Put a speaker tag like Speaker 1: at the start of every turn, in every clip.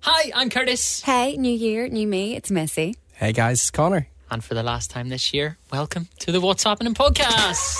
Speaker 1: Hi, I'm Curtis.
Speaker 2: Hey, new year, new me. It's Missy.
Speaker 3: Hey guys, it's Connor.
Speaker 1: And for the last time this year, welcome to the What's Happening podcast.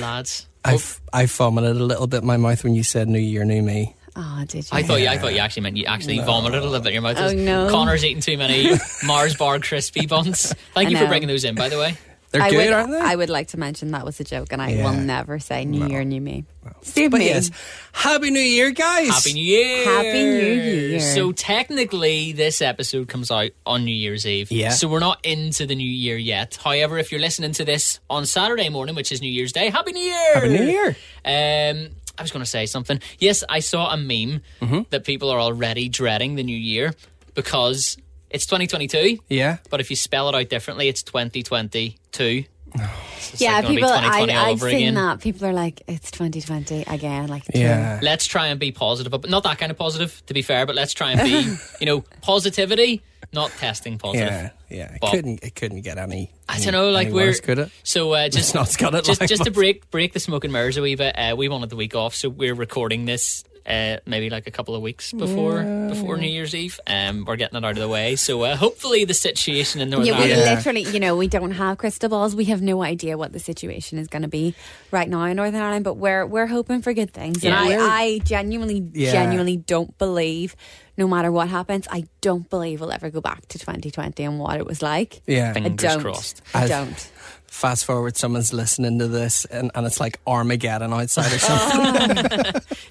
Speaker 1: Lads, oh,
Speaker 3: I, f- I vomited a little bit in my mouth when you said New Year, New Me.
Speaker 2: Oh, did you?
Speaker 1: I thought you, I thought you actually meant you actually vomited a little bit in your mouth.
Speaker 2: Oh, no.
Speaker 1: Connor's eating too many Mars bar crispy buns. Thank
Speaker 2: I
Speaker 1: you for
Speaker 2: know.
Speaker 1: bringing those in, by the way.
Speaker 3: They're
Speaker 2: I
Speaker 3: good,
Speaker 2: would,
Speaker 3: aren't they?
Speaker 2: I would like to mention that was a joke, and I
Speaker 3: Yeah.
Speaker 2: will never say New Year, New Me. Save
Speaker 3: but
Speaker 2: me.
Speaker 3: yes, Happy New Year, guys.
Speaker 1: Happy New Year!
Speaker 2: Happy New Year.
Speaker 1: So technically, this episode comes out on New Year's Eve.
Speaker 3: Yeah.
Speaker 1: So we're not into the New Year yet. However, if you're listening to this on Saturday morning, which is New Year's Day, Happy New Year!
Speaker 3: Happy New Year.
Speaker 1: Um, I was going to say something. Yes, I saw a meme
Speaker 3: Mm-hmm.
Speaker 1: that people are already dreading the New Year because it's 2022.
Speaker 3: Yeah.
Speaker 1: But if you spell it out differently, it's 2022. It's
Speaker 2: yeah,
Speaker 1: like gonna be
Speaker 2: people. I,
Speaker 1: 2020 all
Speaker 2: I've
Speaker 1: over
Speaker 2: seen
Speaker 1: again.
Speaker 2: that. People are like, "It's 2020 again." Like,
Speaker 3: Yeah.
Speaker 1: let's try and be positive, but not that kind of positive, to be fair. But let's try and be, you know, positivity, not testing positive.
Speaker 3: Yeah. Yeah. It
Speaker 1: But-
Speaker 3: couldn't it couldn't get any
Speaker 1: I don't know, like
Speaker 3: any
Speaker 1: we're
Speaker 3: worse, could it?
Speaker 1: so uh, just
Speaker 3: It's not got it
Speaker 1: just
Speaker 3: like
Speaker 1: just to
Speaker 3: much.
Speaker 1: break break the smoke and mirrors a wee bit. Uh, we wanted the week off, so we're recording this uh, maybe like a couple of weeks before before New Year's Eve. Um, we're getting it out of the way, so uh, hopefully the situation in Northern
Speaker 2: Yeah, we
Speaker 1: Ireland.
Speaker 3: Yeah.
Speaker 2: literally, you know, we don't have crystal balls. We have no idea what the situation is going to be right now in Northern Ireland, but we're we're hoping for good things.
Speaker 1: Yeah.
Speaker 2: And
Speaker 3: We're-
Speaker 2: I, I genuinely,
Speaker 3: Yeah.
Speaker 2: genuinely don't believe, no matter what happens, I don't believe we'll ever go back to 2020 and what it was like.
Speaker 3: Yeah.
Speaker 2: I
Speaker 1: Fingers
Speaker 2: don't.
Speaker 1: crossed.
Speaker 2: I
Speaker 3: I've-
Speaker 2: don't.
Speaker 3: Fast forward, someone's listening to this, and, and it's like Armageddon outside or something.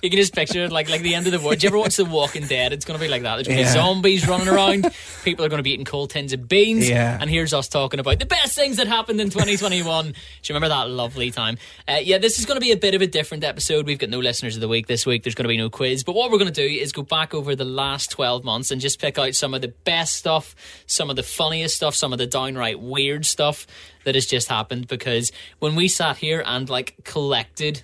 Speaker 1: You can just picture it like like the end of the world. Do you ever watch The Walking Dead? It's going to be like that. There's going to
Speaker 3: Yeah.
Speaker 1: be zombies running around. People are going to be eating cold tins of beans.
Speaker 3: Yeah.
Speaker 1: And here's us talking about the best things that happened in 2021. Do you remember that lovely time? Uh, yeah, this is going to be a bit of a different episode. We've got no listeners of the week this week. There's going to be no quiz. But what we're going to do is go back over the last 12 months and just pick out some of the best stuff, some of the funniest stuff, some of the downright weird stuff that has just happened because when we sat here and like collected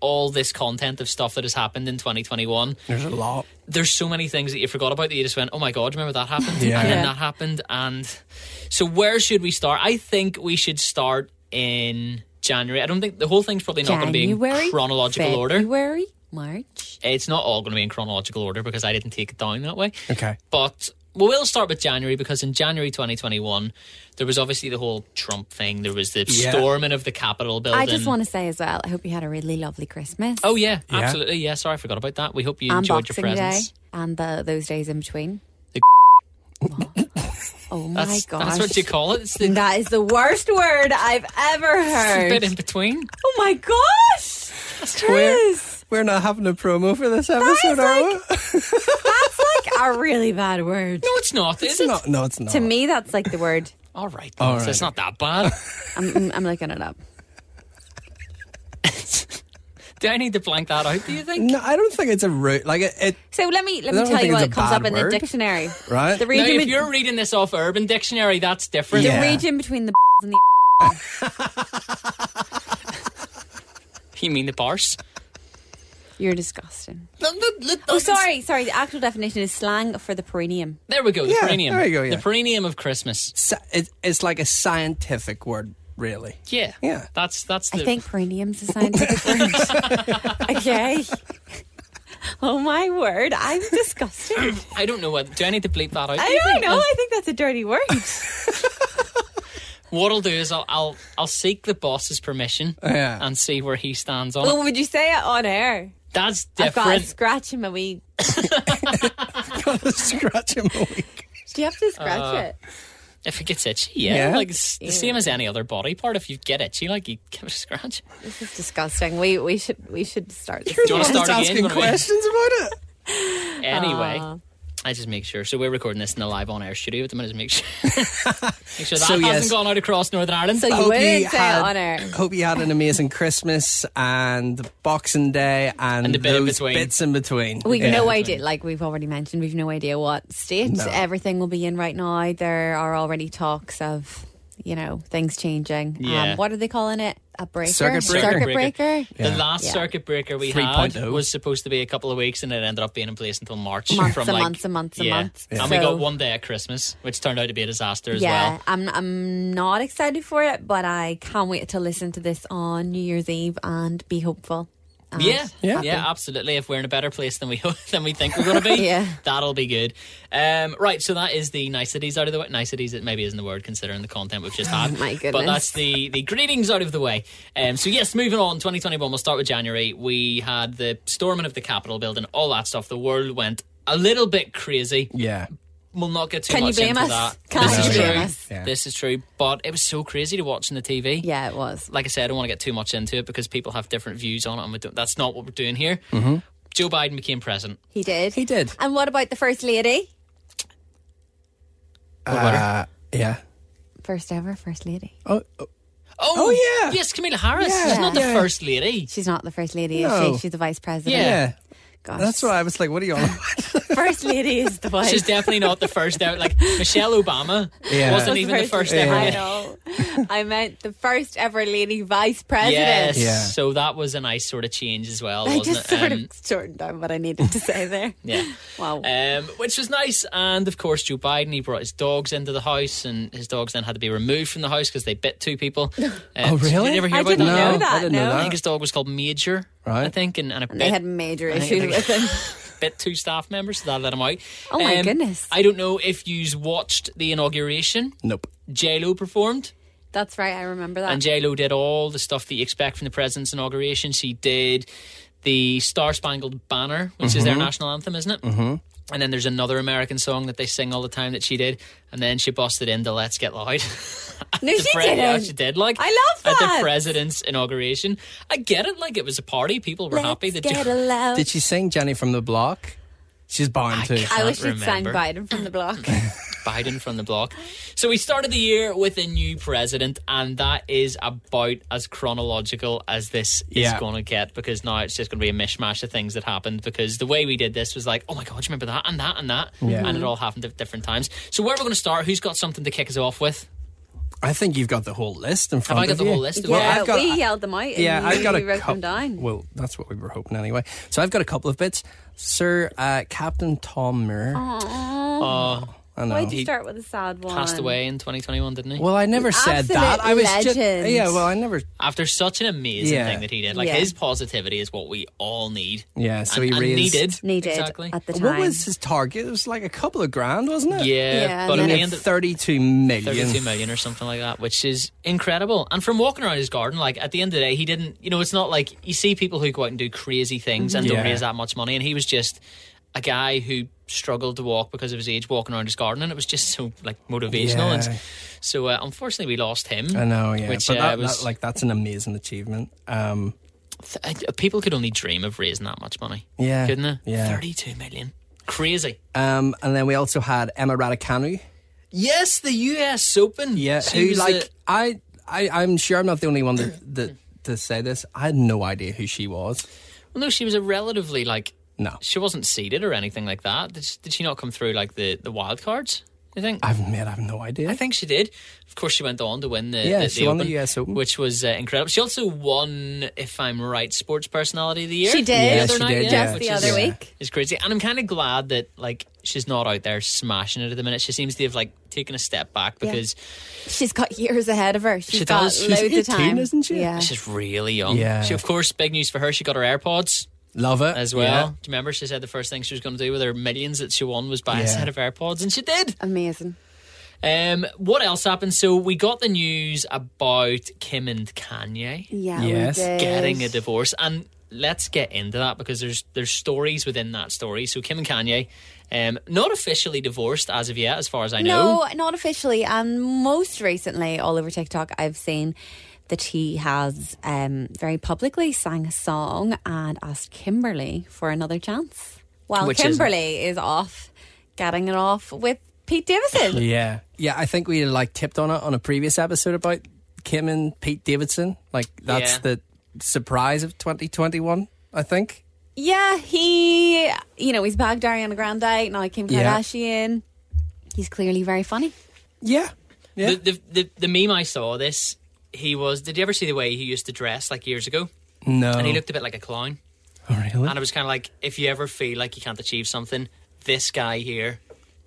Speaker 1: all this content of stuff that has happened in 2021
Speaker 3: There's a lot.
Speaker 1: there's so many things that you forgot about that you just went, oh my god, remember that happened,
Speaker 3: Yeah.
Speaker 1: and then
Speaker 3: Yeah.
Speaker 1: that happened, and so where should we start? I think we should start in January. I don't think the whole thing's probably not going to be
Speaker 2: January,
Speaker 1: in chronological order.
Speaker 2: February, March.
Speaker 1: It's not all going to be in chronological order because I didn't take it down that way.
Speaker 3: Okay.
Speaker 1: But well, we'll start with January because in January 2021, there was obviously the whole Trump thing. There was the
Speaker 3: Yeah.
Speaker 1: storming of the Capitol building.
Speaker 2: I just want to say as well, I hope you had a really lovely Christmas.
Speaker 1: Oh yeah,
Speaker 3: Yeah.
Speaker 1: absolutely. Yeah, sorry, I forgot about that. We hope you
Speaker 2: and
Speaker 1: enjoyed your
Speaker 2: Boxing Day
Speaker 1: presents.
Speaker 2: and the, those days in between.
Speaker 1: The
Speaker 2: What? oh my
Speaker 1: That's,
Speaker 2: gosh.
Speaker 1: that's what you call it. It's the
Speaker 2: That is the worst word I've ever
Speaker 1: bit
Speaker 2: heard.
Speaker 1: in between.
Speaker 2: Oh my gosh!
Speaker 3: We're,
Speaker 2: Chris,
Speaker 3: we're not having a promo for this episode, are we?
Speaker 2: that's like a really bad word.
Speaker 1: No, it's not. Is
Speaker 3: It's
Speaker 1: it?
Speaker 3: not. No, it's not.
Speaker 2: To me, that's like the word.
Speaker 1: All right.
Speaker 3: All
Speaker 1: so it's not
Speaker 3: right.
Speaker 1: that bad.
Speaker 2: I'm, I'm- I'm looking it up.
Speaker 1: Do I need to blank that out? Do you think?
Speaker 3: No, I don't think it's a root. Like it, it
Speaker 2: So let me let
Speaker 3: I
Speaker 2: me
Speaker 3: don't
Speaker 2: tell
Speaker 3: think
Speaker 2: you
Speaker 3: it's
Speaker 2: what
Speaker 3: a
Speaker 2: it comes
Speaker 3: bad
Speaker 2: up in the
Speaker 3: word.
Speaker 2: dictionary.
Speaker 3: Right.
Speaker 2: The
Speaker 1: Now,
Speaker 2: region,
Speaker 1: if
Speaker 2: be-
Speaker 1: you're reading this off Urban Dictionary, that's different.
Speaker 2: the
Speaker 3: Yeah.
Speaker 2: region between the and the
Speaker 1: You mean the bars?
Speaker 2: you're disgusting.
Speaker 1: No, no, look,
Speaker 2: Oh,
Speaker 1: that's-
Speaker 2: sorry, sorry. The actual definition is slang for the perineum.
Speaker 1: There we go. The
Speaker 3: Yeah,
Speaker 1: perineum.
Speaker 3: there you go, yeah.
Speaker 1: The perineum of Christmas.
Speaker 3: Sci- it, it's like a scientific word, really.
Speaker 1: Yeah.
Speaker 3: Yeah.
Speaker 1: That's that's
Speaker 2: I
Speaker 1: the.
Speaker 2: think perineum's a scientific word. okay. Oh my word! I'm disgusted.
Speaker 1: I don't know what. Do I need to bleep that out? do
Speaker 2: I
Speaker 1: you
Speaker 2: don't
Speaker 1: think?
Speaker 2: know. I think that's a dirty word.
Speaker 1: What I'll do is I'll I'll, I'll seek the boss's permission
Speaker 3: Yeah.
Speaker 1: and see where he stands on. it.
Speaker 2: well, would you say it on air?
Speaker 1: That's
Speaker 2: I've got a
Speaker 1: different.
Speaker 2: scratch in my wee.
Speaker 3: Scratch him a week.
Speaker 2: Do you have to scratch it?
Speaker 1: If it gets itchy, yeah,
Speaker 3: Yeah.
Speaker 1: like it's the same as any other body part. If you get itchy, like you give it a scratch.
Speaker 2: This is disgusting. We we should we should start this.
Speaker 1: Do you wanna
Speaker 3: Just
Speaker 1: start again? You
Speaker 3: asking
Speaker 1: wanna-
Speaker 3: questions about it.
Speaker 1: Anyway,
Speaker 2: Aw.
Speaker 1: I just make sure. So we're recording this in the live on air studio at the minute. Just make sure, make sure that
Speaker 3: So,
Speaker 1: hasn't
Speaker 3: yes.
Speaker 1: gone out across Northern Ireland.
Speaker 2: So you
Speaker 3: Hope
Speaker 2: wouldn't
Speaker 3: you
Speaker 2: say
Speaker 3: had-
Speaker 2: it on air.
Speaker 3: Hope you had an amazing Christmas and Boxing Day and,
Speaker 1: And the bit in
Speaker 3: those
Speaker 1: between.
Speaker 3: bits in between.
Speaker 2: We've
Speaker 3: Yeah.
Speaker 2: no idea, like we've already mentioned, we've no idea what state
Speaker 3: No.
Speaker 2: everything will be in right now. There are already talks of, you know, things changing.
Speaker 1: Yeah.
Speaker 2: Um, what are they calling it? a breaker.
Speaker 3: Circuit breaker.
Speaker 2: Circuit breaker.
Speaker 1: The last
Speaker 2: Yeah.
Speaker 1: circuit breaker we had
Speaker 3: 3.0.
Speaker 1: was supposed to be a couple of weeks, and it ended up being in place until March.
Speaker 2: Months
Speaker 1: from
Speaker 2: and
Speaker 1: like,
Speaker 2: months and months and months.
Speaker 1: And we
Speaker 2: So-
Speaker 1: got one day at Christmas, which turned out to be a disaster as
Speaker 2: yeah,
Speaker 1: well.
Speaker 2: I'm I'm not excited for it, but I can't wait to listen to this on New Year's Eve and be hopeful. And
Speaker 1: Yeah, yeah,
Speaker 3: Yeah.
Speaker 1: absolutely. If we're in a better place than we than we think we're going to be,
Speaker 2: Yeah.
Speaker 1: that'll be good. Um, right, so that is the niceties out of the way. Niceties, it maybe isn't the word considering the content we've just had.
Speaker 2: Oh my
Speaker 1: But
Speaker 2: goodness.
Speaker 1: that's the the greetings out of the way. Um, so yes, moving on. 2021. We'll start with January. We had the storming of the Capitol building, all that stuff. The world went a little bit crazy.
Speaker 3: Yeah.
Speaker 1: We'll not get too
Speaker 2: Can you
Speaker 1: much
Speaker 2: blame
Speaker 1: into
Speaker 2: us?
Speaker 1: that.
Speaker 2: Can
Speaker 1: this
Speaker 3: you
Speaker 1: is
Speaker 3: blame
Speaker 1: true.
Speaker 2: us?
Speaker 3: Yeah.
Speaker 1: This is true. But it was so crazy to watch on the TV
Speaker 2: yeah, it was.
Speaker 1: like I said, I don't want to get too much into it because people have different views on it, and we don't, that's not what we're doing here.
Speaker 3: Mm-hmm.
Speaker 1: Joe Biden became president.
Speaker 2: He did.
Speaker 3: He did.
Speaker 2: And what about the first lady?
Speaker 3: Uh, yeah.
Speaker 2: First ever first lady.
Speaker 3: Oh, oh,
Speaker 1: Oh,
Speaker 3: Oh, yeah.
Speaker 1: yes, Camila Harris.
Speaker 3: Yeah.
Speaker 1: She's not the
Speaker 3: Yeah.
Speaker 1: first lady.
Speaker 2: She's not the first lady,
Speaker 3: No.
Speaker 2: is she? She's the vice president.
Speaker 1: Yeah.
Speaker 3: yeah.
Speaker 2: Gosh.
Speaker 3: That's why I was like, what are you on? about?
Speaker 2: First lady is the vice.
Speaker 1: She's definitely not the first ever. Like Michelle Obama
Speaker 3: Yeah.
Speaker 1: wasn't
Speaker 2: was
Speaker 1: even the first
Speaker 2: lady.
Speaker 1: ever.
Speaker 2: I
Speaker 1: lady.
Speaker 2: know. I meant the first ever lady vice president.
Speaker 1: Yes.
Speaker 3: Yeah.
Speaker 1: So that was a nice sort of change as well,
Speaker 2: I
Speaker 1: wasn't
Speaker 2: just
Speaker 1: it?
Speaker 2: sort
Speaker 1: Um,
Speaker 2: of shortened down what I needed to say there.
Speaker 1: yeah.
Speaker 2: Wow.
Speaker 1: Um, which was nice. And of course, Joe Biden, he brought his dogs into the house, and his dogs then had to be removed from the house because they bit two people. Uh,
Speaker 3: Oh, really?
Speaker 1: Did you ever hear
Speaker 2: I
Speaker 1: about
Speaker 2: didn't
Speaker 1: that?
Speaker 2: know
Speaker 3: No,
Speaker 2: that.
Speaker 3: I didn't know
Speaker 2: no.
Speaker 1: I
Speaker 3: that.
Speaker 1: think his dog was called Major,
Speaker 3: Right.
Speaker 1: I think, and, and a
Speaker 2: They
Speaker 1: bit.
Speaker 2: had major
Speaker 1: I think-
Speaker 2: issues with him.
Speaker 1: bit too staff members, so that let him out. Um,
Speaker 2: Oh my goodness.
Speaker 1: I don't know if yous watched the inauguration.
Speaker 3: Nope.
Speaker 1: JLo performed,
Speaker 2: That's right. I remember that.
Speaker 1: and JLo did all the stuff that you expect from the president's inauguration. She did the Star Spangled Banner, which is their national anthem, isn't it? Mm-hmm. And then there's another American song that they sing all the time that she did, and then she busted into "Let's Get Loud." At
Speaker 2: No,
Speaker 1: the
Speaker 2: she
Speaker 1: pre- yeah,
Speaker 2: didn't.
Speaker 1: she did. Like
Speaker 2: I love
Speaker 1: at the
Speaker 2: that.
Speaker 1: president's inauguration. I get it. Like it was a party. People were
Speaker 2: Let's
Speaker 1: happy that
Speaker 2: get
Speaker 1: Jo-
Speaker 2: allowed.
Speaker 3: Did she sing Jenny from the Block? She's bound to.
Speaker 1: can't
Speaker 2: I wish you'd sang
Speaker 1: remember.
Speaker 2: Biden from the block.
Speaker 1: Biden from the block. So we started the year with a new president, and that is about as chronological as this
Speaker 3: Yeah.
Speaker 1: is going to get because now it's just going to be a mishmash of things that happened. Because the way we did this was like, oh my god, do you remember that and that and that,
Speaker 3: Yeah.
Speaker 1: and it all happened at different times. So where we're going to start? Who's got something to kick us off with?
Speaker 3: I think you've got the whole list in
Speaker 1: Have
Speaker 3: front
Speaker 1: I got
Speaker 3: of
Speaker 1: the
Speaker 3: you.
Speaker 1: whole list?
Speaker 2: yeah,
Speaker 1: Well, I've-
Speaker 3: I've got-
Speaker 2: we yelled them out.
Speaker 3: Yeah,
Speaker 2: and
Speaker 3: I've
Speaker 2: you
Speaker 3: got a
Speaker 2: wrote
Speaker 3: couple.
Speaker 2: them down.
Speaker 3: Well, that's what we were hoping anyway. So I've got a couple of bits. Sir uh, Captain Tom Muir.
Speaker 2: Oh,
Speaker 1: uh,
Speaker 3: I know.
Speaker 2: Why'd you
Speaker 1: He
Speaker 2: start with a sad one?
Speaker 1: passed away in 2021, didn't he?
Speaker 3: Well, I never said
Speaker 2: Absolute
Speaker 3: that. I was just
Speaker 2: legend.
Speaker 3: yeah. Well, I never.
Speaker 1: After such an amazing
Speaker 3: Yeah.
Speaker 1: thing that he did, like
Speaker 2: Yeah.
Speaker 1: his positivity is what we all need.
Speaker 3: Yeah, so
Speaker 1: and,
Speaker 3: he
Speaker 1: and
Speaker 3: raised-
Speaker 1: needed
Speaker 2: Needed
Speaker 1: exactly.
Speaker 2: at the time.
Speaker 3: What was his target? It was like a couple of grand, wasn't it?
Speaker 1: yeah,
Speaker 2: Yeah,
Speaker 1: but
Speaker 2: and
Speaker 1: at
Speaker 2: then
Speaker 1: the
Speaker 2: it
Speaker 1: end, of,
Speaker 3: 32 million.
Speaker 1: 32 million or something like that, which is incredible. And from walking around his garden, like at the end of the day, he didn't, you know, it's not like you see people who go out and do crazy things and don't
Speaker 3: Yeah.
Speaker 1: raise that much money. And he was just a guy who struggled to walk because of his age walking around his garden. And it was just so like motivational.
Speaker 3: Yeah.
Speaker 1: And so uh, unfortunately, we lost him.
Speaker 3: I know, yeah.
Speaker 1: Which
Speaker 3: but
Speaker 1: uh,
Speaker 3: that,
Speaker 1: was,
Speaker 3: that- like that's an amazing achievement. Um,
Speaker 1: th- uh, people could only dream of raising that much money.
Speaker 3: Yeah,
Speaker 1: Couldn't they?
Speaker 3: yeah.
Speaker 1: 32 million. Crazy.
Speaker 3: um, and then we also had Emma Raducanu.
Speaker 1: Yes, the US Open.
Speaker 3: Yeah,
Speaker 1: She
Speaker 3: who
Speaker 1: was
Speaker 3: like
Speaker 1: the-
Speaker 3: I, I, I'm sure I'm not the only one that, that to say this. I had no idea who she was.
Speaker 1: well, no, she was a relatively like
Speaker 3: No,
Speaker 1: She wasn't seeded or anything like that. Did she, did she not come through like the, the wild cards? You think?
Speaker 3: I've met. I have no idea.
Speaker 1: I think she did. Of course, she went on to win the
Speaker 3: Yeah,
Speaker 1: the,
Speaker 3: she
Speaker 1: the
Speaker 3: won the
Speaker 1: Open,
Speaker 3: US Open.
Speaker 1: which was uh, incredible. She also won, if I'm right, Sports Personality of the Year.
Speaker 2: She did.
Speaker 1: the
Speaker 2: Yeah,
Speaker 1: other
Speaker 3: she
Speaker 1: night,
Speaker 3: did,
Speaker 1: yeah,
Speaker 3: yeah.
Speaker 2: Just
Speaker 1: which
Speaker 2: the
Speaker 1: is-
Speaker 2: other
Speaker 3: yeah.
Speaker 2: week.
Speaker 1: It's crazy, and I'm kind of glad that like she's not out there smashing it at the minute. She seems to have like taken a step back
Speaker 2: Yeah.
Speaker 1: because
Speaker 2: She's got years ahead of her. She's
Speaker 1: She
Speaker 2: got
Speaker 1: does. She's
Speaker 2: loads of
Speaker 3: 18,
Speaker 2: time.
Speaker 3: isn't she?
Speaker 2: Yeah.
Speaker 1: she's really young.
Speaker 3: Yeah.
Speaker 1: She, of course, big news for her. She got her AirPods
Speaker 3: Love it
Speaker 1: as well. Do you remember she said the first thing she was going to do with her millions that she won was buy a
Speaker 3: Yeah.
Speaker 1: set of AirPods, and she did.
Speaker 2: Amazing.
Speaker 1: Um, what else happened? So we got the news about Kim and Kanye
Speaker 2: Yeah.
Speaker 3: Yes.
Speaker 2: We did.
Speaker 1: getting a divorce, and let's get into that because there's there's stories within that story. So Kim and Kanye, um, not officially divorced as of yet, as far as I know.
Speaker 2: No, not officially. And most recently, all over TikTok, I've seen that he has um, very publicly sang a song and asked Kimberly for another chance. While
Speaker 1: Which isn't-
Speaker 2: Kimberly is off getting it off with Pete Davidson.
Speaker 3: Yeah, yeah. I think we like tipped on it on a previous episode about Kim and Pete Davidson. Like that's
Speaker 1: Yeah.
Speaker 3: the surprise of 2021. I think.
Speaker 2: yeah, he, you know, he's bagged Ariana Grande, now Kim
Speaker 3: Yeah.
Speaker 2: Kardashian. He's clearly very funny.
Speaker 3: Yeah, yeah.
Speaker 1: The, the, the the meme I saw this he was. Did you ever see the way he used to dress like years ago?
Speaker 3: No.
Speaker 1: And he looked a bit like a clown.
Speaker 3: Oh, really?
Speaker 1: And it was kind of like, if you ever feel like you can't achieve something, this guy here